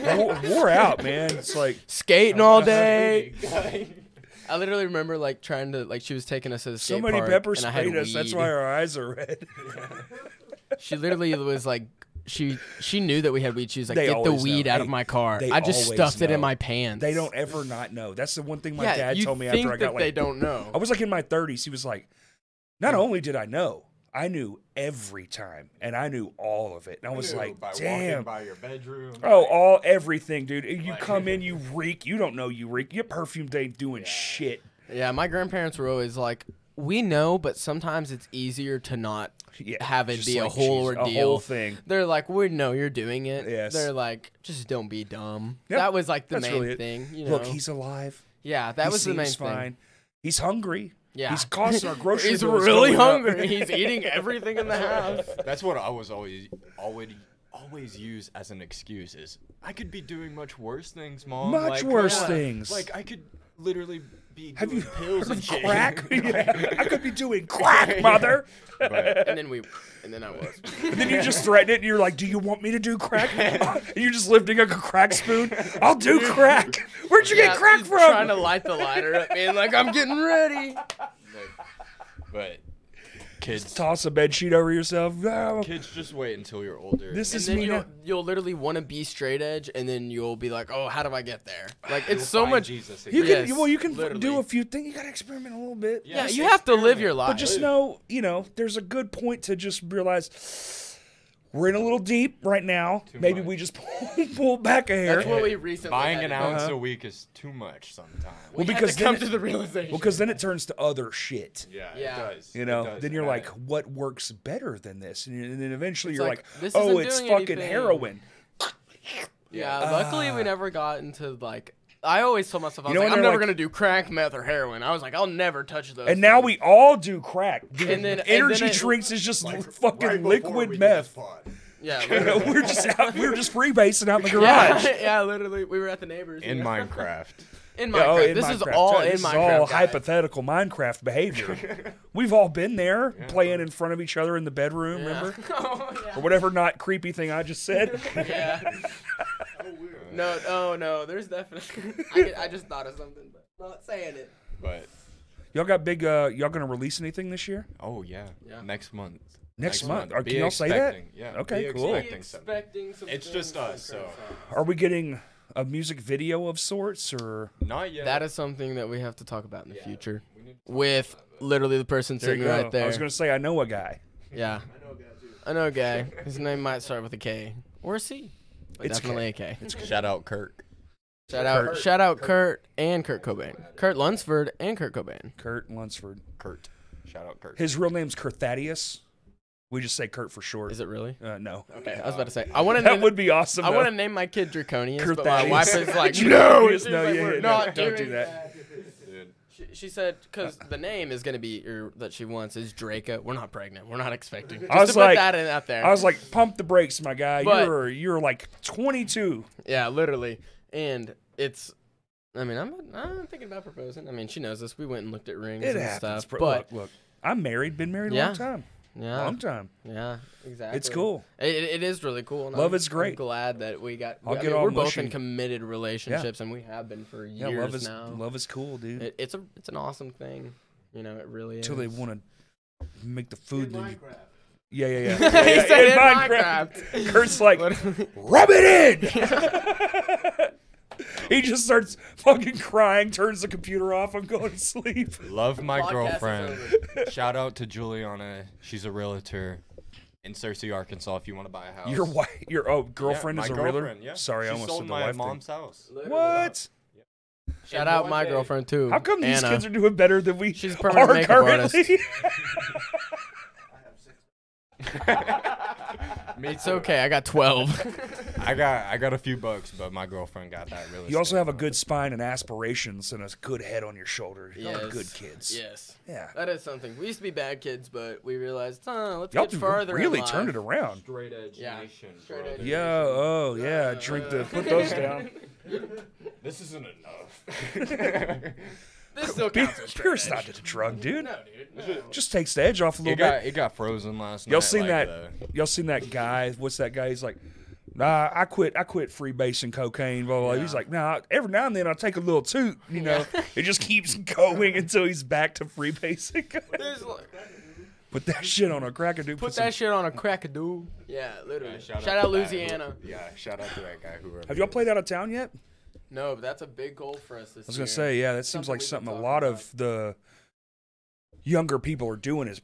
wore, wore out, man. It's like Skating all day. I literally remember like trying to like she was taking us to the skate so many park, pepper and I had sprayed us. That's weed. why our eyes are red. she literally was like she she knew that we had weed. She was like, They "Get the always weed know. out of They- my car." they I just always stuffed it in know. my pants. They don't ever not know. That's the one thing my yeah, dad you told me think after I that got they like don't Mm. know. I was like in my 30s. He was like, not only did I know, I knew every time, and I knew all of it. And I was Ew, like, by walking damn. by your bedroom. Oh, like, all everything, dude. You come in, you reek. You don't know you reek. Your perfume ain't doing shit. Yeah, my grandparents were always like, "We know, but sometimes it's easier to not Yeah, have it just be a like, whole geez, a ordeal." whole thing. They're like, "We know you're doing it." Yes. They're like, "Just don't be dumb." Yep, That was like the That's main really it. thing. You know? Look, he's alive. yeah, that he was the main seems fine. thing. He's hungry. Yeah, He's costing our grocery He's bill is really going up. hungry. he's eating everything in the house. That's what I was always always always use as an excuse is I could be doing much worse things, mom. Much like, worse yeah, things. Like I could literally be Have doing you pills and shit. crack? Yeah, I could be doing crack, mother. but And then we, and then I was. And then you just threaten it, and you're like, "Do you want me to do crack?" and you're just lifting up a crack spoon. I'll do crack. Where'd you Yeah, get crack he's from? Trying to light the lighter up, being like, "I'm getting ready." but kids Toss a bed sheet over yourself. No. kids just wait until you're older. This And is then me. you'll, now. you'll literally want to be straight edge, and then you'll be like, "Oh, how do I get there?" Like You'll it's so find much. Jesus You again. can. Yes, well, you can f do literally. a few things. You gotta experiment a little bit. Yeah. Yeah, Yes, you have to live experiment. your life. But just know, you know, there's a good point to just realize we're in a little deep right now. Maybe much. we just pull, pull back a hair. that's what we recently Buying had to an do. ounce Uh-huh. a week is too much sometimes. We had because to come then to it- the realization. Well, because then it turns to other shit. yeah, Yeah. it does. You It know, does, then you're and I- like, what works better than this? And, you- and then eventually you're like, like, this oh, isn't it's doing fucking anything." heroin. yeah, luckily we never got into like. I always told myself I was You know like, when "I'm they're never like- gonna do crack, meth, or heroin." I was like, "I'll never touch those." And now things." we all do crack. Dude, And then- and energy then it- drinks is just Like, fucking right before liquid we did this meth. pod. yeah, You know, literally. we're just out, we're just freebasing out in the garage. yeah, yeah, literally, we were at the neighbors In yeah. Minecraft. in Yeah, oh, Minecraft. in this is Minecraft. all This in is all Minecraft. guys. hypothetical Minecraft behavior. We've all been there playing in front of each other in the bedroom, Yeah. remember? Oh, yeah. Or whatever not creepy thing I just said. Yeah. No, no, no. There's definitely. I, get- I just thought of something, but not saying it. But y'all got big uh y'all gonna release anything this year? oh yeah, Yeah. next month. Next month. Or Be can y'all say that? expecting- Yeah. Okay, be cool. expecting something. some It's just uh, us, so Are we getting a music video of sorts or not yet. that is something that we have to talk about in the future We need to- with literally the person There you sitting go. right there. uh, I was gonna say I know a guy. yeah, I know a guy. His name might start with a K or a C. But It's definitely a K. Shout out Kirk. Shout out, shout out, Kurt and Kurt Cobain, Kurt Lunsford and Kurt Cobain. Kurt Lunsford. Kurt. Shout out Kurt. His real name's Kurthadius. We just say Kurt for short. Is it really? uh, no. Okay, I was about to say. I want to That name. would be awesome. I though. want to name my kid Draconius, but my Kurthadius. wife is like, no, she's no, like, yeah, "We're yeah, no, not don't do doing that. Dude, She, she said, because the name is going to be, or that she wants is Draco. We're not pregnant. We're not expecting. Just was to put like- that in out there. I was like, pump the brakes, my guy. But- you're you're like 22. yeah, literally. And it's, I mean, I'm, I'm thinking about proposing. I mean, she knows this. We went and looked at rings It and happens. stuff. bro. look, but look, I'm married. Been married a Yeah. Uh, long time. yeah, Long time. yeah, exactly. It's cool. It, it- it is really cool. and Love I'm- is great. I'm glad that we got. I'll I get mean, all we're both mushy. in committed relationships, and we have been for Yeah, years love is now. love is cool, dude. It, it's a, it's an awesome thing. You know, it really is. Until they want to make the food. leave. Yeah, yeah, yeah. He Yeah, yeah, said in in Minecraft. Minecraft. Kurt's like, rub it in. he just starts fucking crying, turns the computer off. I'm going to sleep. Love my Podcast is girlfriend. over. Shout out to Juliana. She's a realtor. in Searcy, Arkansas, if you want to buy a house. Your wife, your oh Yeah, girlfriend my is a realtor. girlfriend, Yeah. Sorry, she I almost sold did the my wife mom's house. thing. Literally. What? Shout And out one my day- girlfriend too. How come these Anna. kids are doing better than we She's a permanent are makeup currently? It's okay. I got twelve. I got I got a few bucks, but my girlfriend got that really. you also have a good spine and aspirations and a good head on your shoulder. Y'all are Yes. good kids. yes, Yeah. that is something. We used to be bad kids, but we realized, huh? Let's Y'all get do farther. in really life. turned it around. straight edge Yeah. nation. Straight brother. edge. Yeah. Oh, yeah. Drink the. Put those down. This isn't enough. This still Beer, counts as straight beer's edge. not a drug, dude. No, dude. No. Just takes the edge off a little it bit. got it got frozen last night. Y'all seen like that? uh, the- Y'all seen that guy? What's that guy? He's like, nah, I quit. I quit freebasing cocaine. Blah blah. blah. He's like, nah. Every now and then I take a little toot. You know, it just keeps going until he's back to freebasing. There's like- put that shit on a cracker, dude. Put that shit on a crack a dude. Yeah, literally. Yeah, shout, to out, that- Louisiana. yeah, shout out to that guy. Whoever. Have y'all it played out of town yet? I No, but that's a big goal for us this year. was gonna say, yeah. That seems Something like we can something a talk lot about. of the younger people are doing is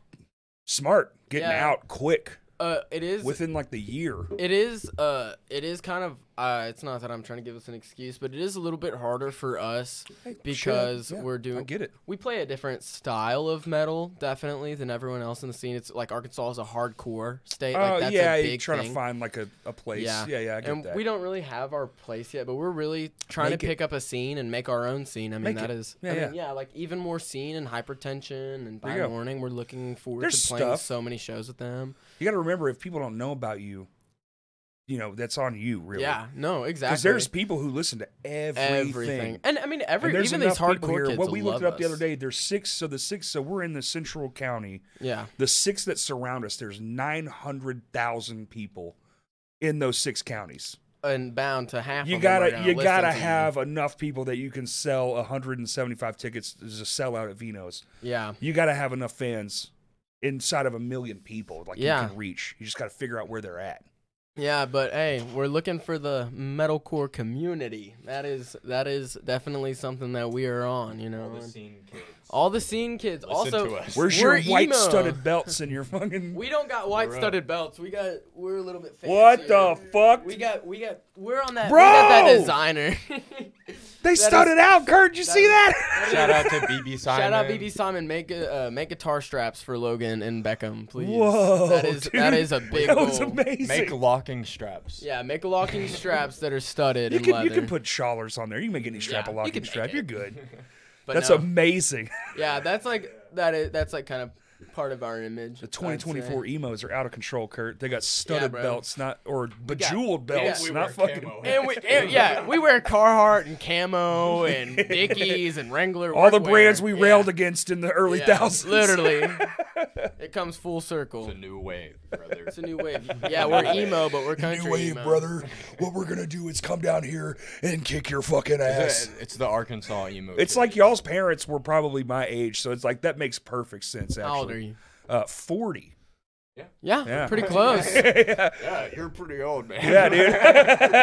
smart, getting Yeah. out quick Uh, it is. within like the year. it is. Uh, it is kind of. Uh, it's not that I'm trying to give us an excuse, but it is a little bit harder for us Hey, shit, because yeah, we're I doing. get it. We play a different style of metal, definitely, than everyone else in the scene. It's like Arkansas is a hardcore state. Oh like, that's yeah, a you're big trying thing. to find like a, a place. Yeah, yeah, I get and that. we don't really have our place yet, but we're really trying Make it. to pick up a scene and make our own scene. I mean, Make that it. is, Yeah, I mean, yeah. yeah. like even more scene and hypertension. And There by you go. morning, we're looking forward There's to playing stuff. so many shows with them. You got to remember if people don't know about you, you know that's on you, really. Yeah, no, exactly. Because there's people who listen to everything. everything, and I mean, every And there's even enough these people hardcore here. kids. What we looked love it up the us. other day, there's six. So the six. So we're in the Central County. Yeah, The six that surround us. There's nine hundred thousand people in those six counties. and bound to half. You of them are gotta gonna you listen gotta to you. have enough people that you can sell 175 tickets as a sellout at Vino's. Yeah, You gotta have enough fans inside of a million people like Yeah. you can reach. You just gotta figure out where they're at. yeah, but hey, we're looking for the metalcore community. That is that is definitely something that we are on. You know, All the and- scene kids. all the scene kids. Listen also, to us. Where's We're your white emo. studded belts and your fucking? We don't got white Bruh. studded belts. We got we're a little bit fancier. what the fuck? We got we got we're on that we got Bro! that designer. they is- studded out, Kurt. You see that? Shout out to BB Simon. Shout out BB Simon. Make gu- uh, make guitar straps for Logan and Beckham, please. Whoa, that is that dude. is a big that goal. was amazing. Make locking straps. Yeah, make locking straps that are studded you and can leather. you can put shawlers on there. You can make any strap Yeah, a you locking can make strap. it. You're good. but That's no. amazing. yeah. That's like that is that's like kind of part of our image. The E 2024 emos are out of control, Kurt. They got studded bro. belts, not or bejeweled yeah, belts, we not wear fucking. camo. And we, and- yeah, we wear Carhartt and camo and Dickies and Wrangler. All the workwear. brands we Yeah. railed against in the early Yeah, thousands. Literally. it comes full circle. It's a new wave, brother. It's a new wave. Yeah, we're emo, but we're country emo. What we're gonna do is come down here and kick your fucking ass. It's the Arkansas emo. It's like y'all's parents were probably my age, so it's like that makes perfect sense. Actually, How old are you? Uh, Forty. Yeah, Yeah. pretty close. yeah, you're pretty old, man. Yeah, dude.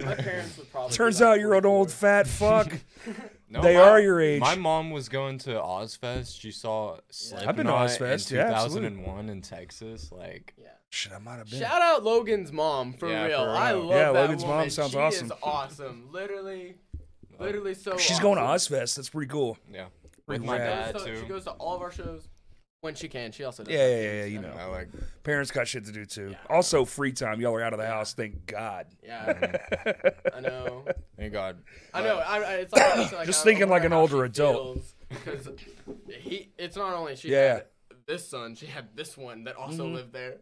My parents would probably. Turns out you're an old fat fuck. No, They my- are your age. My mom was going to Ozfest. She saw Slipknot I've been to Ozfest, in yeah, absolutely. 2001 in Texas. Like, Shit, I might have been. Shout out Logan's mom for Yeah, real. for I real. love Yeah, that Logan's mom woman. sounds she awesome. Is awesome. Literally, literally so. She's awesome. going to Ozfest. That's pretty cool. yeah, with Rad. my She goes dad to- too. She goes to all of our shows when she can. She also does. Yeah, yeah, yeah, yeah, you know. I like Parents got shit to do too. Also, free time. Y'all are out of the house. Thank God. Yeah, I know. Thank God. I know. I, I, it's like, it's like Just I thinking wonder like an how older she adult. feels, Because he, it's not only she Yeah. had this son, she had this one that also Mm-hmm. lived there.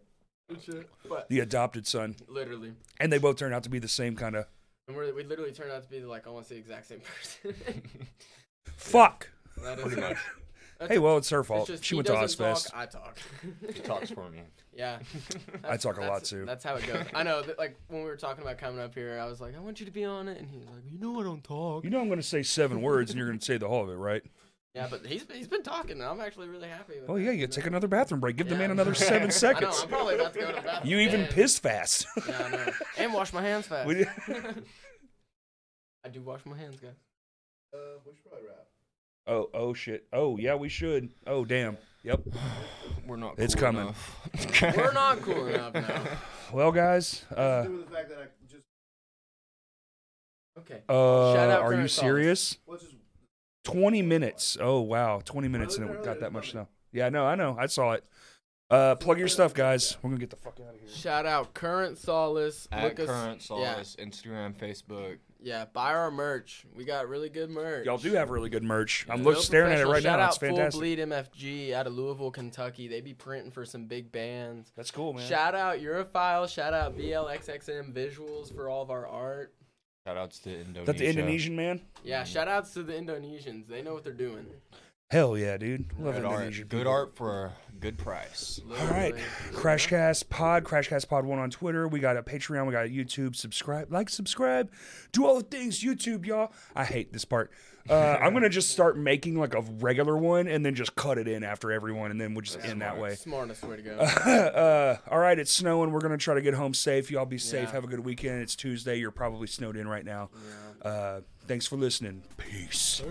and shit. But The adopted son, literally, and they both turned out to be the same kind of and we're, we literally turned out to be like almost the exact same person. fuck. that is Pretty much. Hey, well, it's her It's fault. just she he went to doesn't Ozfest. Talk, I talk. He talks for me. yeah, I talk a lot that's- too. That's how it goes. I know. That, like when we were talking about coming up here, I was like, I want you to be on it, and he was like, You know I don't talk. You know I'm going to say seven words, and you're going to say the whole of it, right? Yeah, but he's he's been talking, and I'm actually really happy. With Well, that, Oh, yeah. You know? take another bathroom break. Give the Yeah. man another seven I know. seconds. I'm probably about to go to the bathroom. You even and- pissed fast. Yeah, I know. And wash my hands fast. We- I do wash my hands, guys. Uh, we should probably wrap. Oh, oh shit. Oh, yeah, we should. Oh, damn. Yep. We're not. It's cool coming. enough. We're not cool enough now. Well, guys, uh, do with the fact that I just Okay. uh, Shout out are you Current Thoughts. serious? let's just 20 minutes. Oh, wow. 20 minutes and it earlier got than that much snow. Monday. Yeah, no, I know. I saw it. Uh, plug your stuff, guys. We're going to get the fuck out of here. Shout out Current Solace. At Look us- current Yeah, solace, Instagram, Facebook. yeah. Buy our merch. We got really good merch. Y'all do have really good merch. I'm Real look, staring at it professional. right Shout now. out It's fantastic. Full Bleed MFG out of Louisville, Kentucky. They be printing for some big bands. That's cool, man. Shout out Europhile. Shout out BLXXM Visuals for all of our art. Shout outs to Indonesia. Is that the Indonesian man? Yeah, shout outs to the Indonesians. They know what they're doing. Hell yeah, dude. Love Good Indonesian art. Good people. art for a good price. All right. Literally. Crashcast Pod, Crashcast Pod 1 on Twitter. We got a Patreon. We got a YouTube. Subscribe, like, subscribe. Do all the things. YouTube, y'all. I hate this part. Uh, I'm going to just start making like a regular one and then just cut it in after everyone. And then we'll just end that way. Smartest way to go. uh, all right, it's snowing. We're going to try to get home safe. Y'all be safe. Yeah. Have a good weekend. It's Tuesday. You're probably snowed in right now. Uh, thanks for listening. Peace.